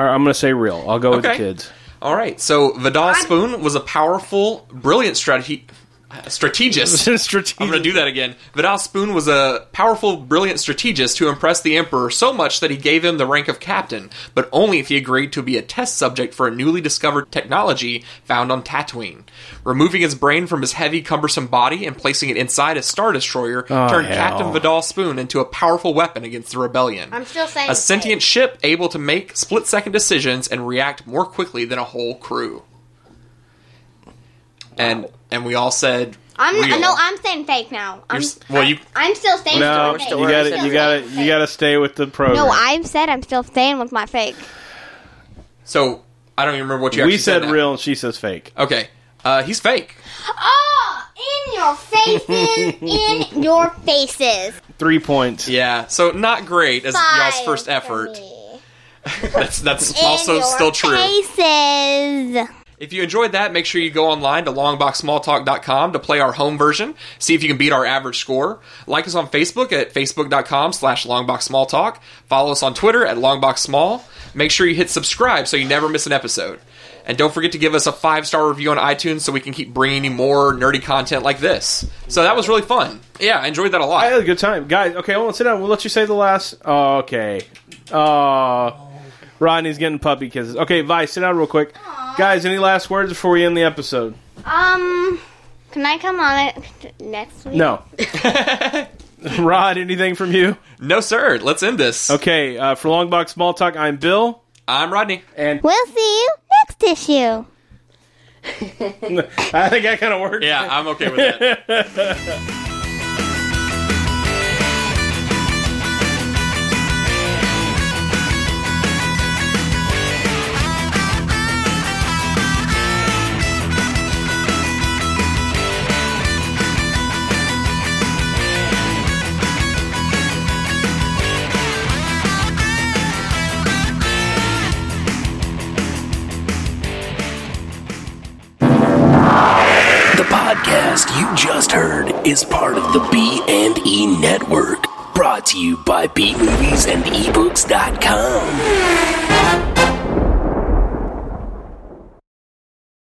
Speaker 2: right, I'm going to say real. I'll go with the
Speaker 1: Okay.
Speaker 2: kids.
Speaker 1: All right. So Vidal Spoon was a powerful, brilliant strategy. strategist.
Speaker 2: Strategist.
Speaker 1: I'm going to do that again. Vidal Spoon was a powerful, brilliant strategist who impressed the Emperor so much that he gave him the rank of captain, but only if he agreed to be a test subject for a newly discovered technology found on Tatooine. Removing his brain from his heavy, cumbersome body and placing it inside a Star Destroyer turned
Speaker 2: hell.
Speaker 1: Captain Vidal Spoon into a powerful weapon against the rebellion.
Speaker 5: I'm still saying
Speaker 1: a
Speaker 5: it's
Speaker 1: sentient
Speaker 5: fake.
Speaker 1: ship able to make split second decisions and react more quickly than a whole crew. And and we all said
Speaker 5: I'm
Speaker 1: real.
Speaker 5: no, I'm saying fake now. I'm,
Speaker 1: s- well, you-
Speaker 5: I'm still saying
Speaker 2: No,
Speaker 5: fake.
Speaker 2: you got to You got to You got to stay with the program.
Speaker 5: No, I said I'm still staying with my fake.
Speaker 1: So I don't even remember what you actually
Speaker 2: we said
Speaker 1: now.
Speaker 2: real and she says fake.
Speaker 1: Okay, uh, he's fake.
Speaker 5: Oh, in your faces, in your faces.
Speaker 2: Three points.
Speaker 1: Yeah, so not great as
Speaker 5: Five
Speaker 1: y'all's first
Speaker 5: for
Speaker 1: effort.
Speaker 5: me.
Speaker 1: That's that's
Speaker 5: In
Speaker 1: also
Speaker 5: your
Speaker 1: still true.
Speaker 5: Faces.
Speaker 1: If you enjoyed that, make sure you go online to longboxsmalltalk.com to play our home version. See if you can beat our average score. Like us on Facebook at facebook.com slash longboxsmalltalk. Follow us on Twitter at longboxsmall. Make sure you hit subscribe so you never miss an episode. And don't forget to give us a five-star review on iTunes so we can keep bringing you more nerdy content like this. So that was really fun. Yeah, I enjoyed that a
Speaker 2: I
Speaker 1: lot.
Speaker 2: had a good time, guys. Okay, hold on, sit down. We'll let you say the last. Oh, okay. Oh, Rodney's getting puppy kisses. Okay, Vi, sit down real quick, guys. Any last words before we end the episode?
Speaker 5: Um, can I come on it next week?
Speaker 2: No. Rod, anything from you?
Speaker 1: No, sir. Let's end this.
Speaker 2: Okay, uh, for long box small talk, I'm Bill.
Speaker 1: I'm Rodney.
Speaker 5: We'll see you next issue.
Speaker 2: I think that kind of worked.
Speaker 1: Yeah, I'm okay with that.
Speaker 7: The podcast you just heard is part of the E B&E E network, brought to you by bmovies and ebooks.com.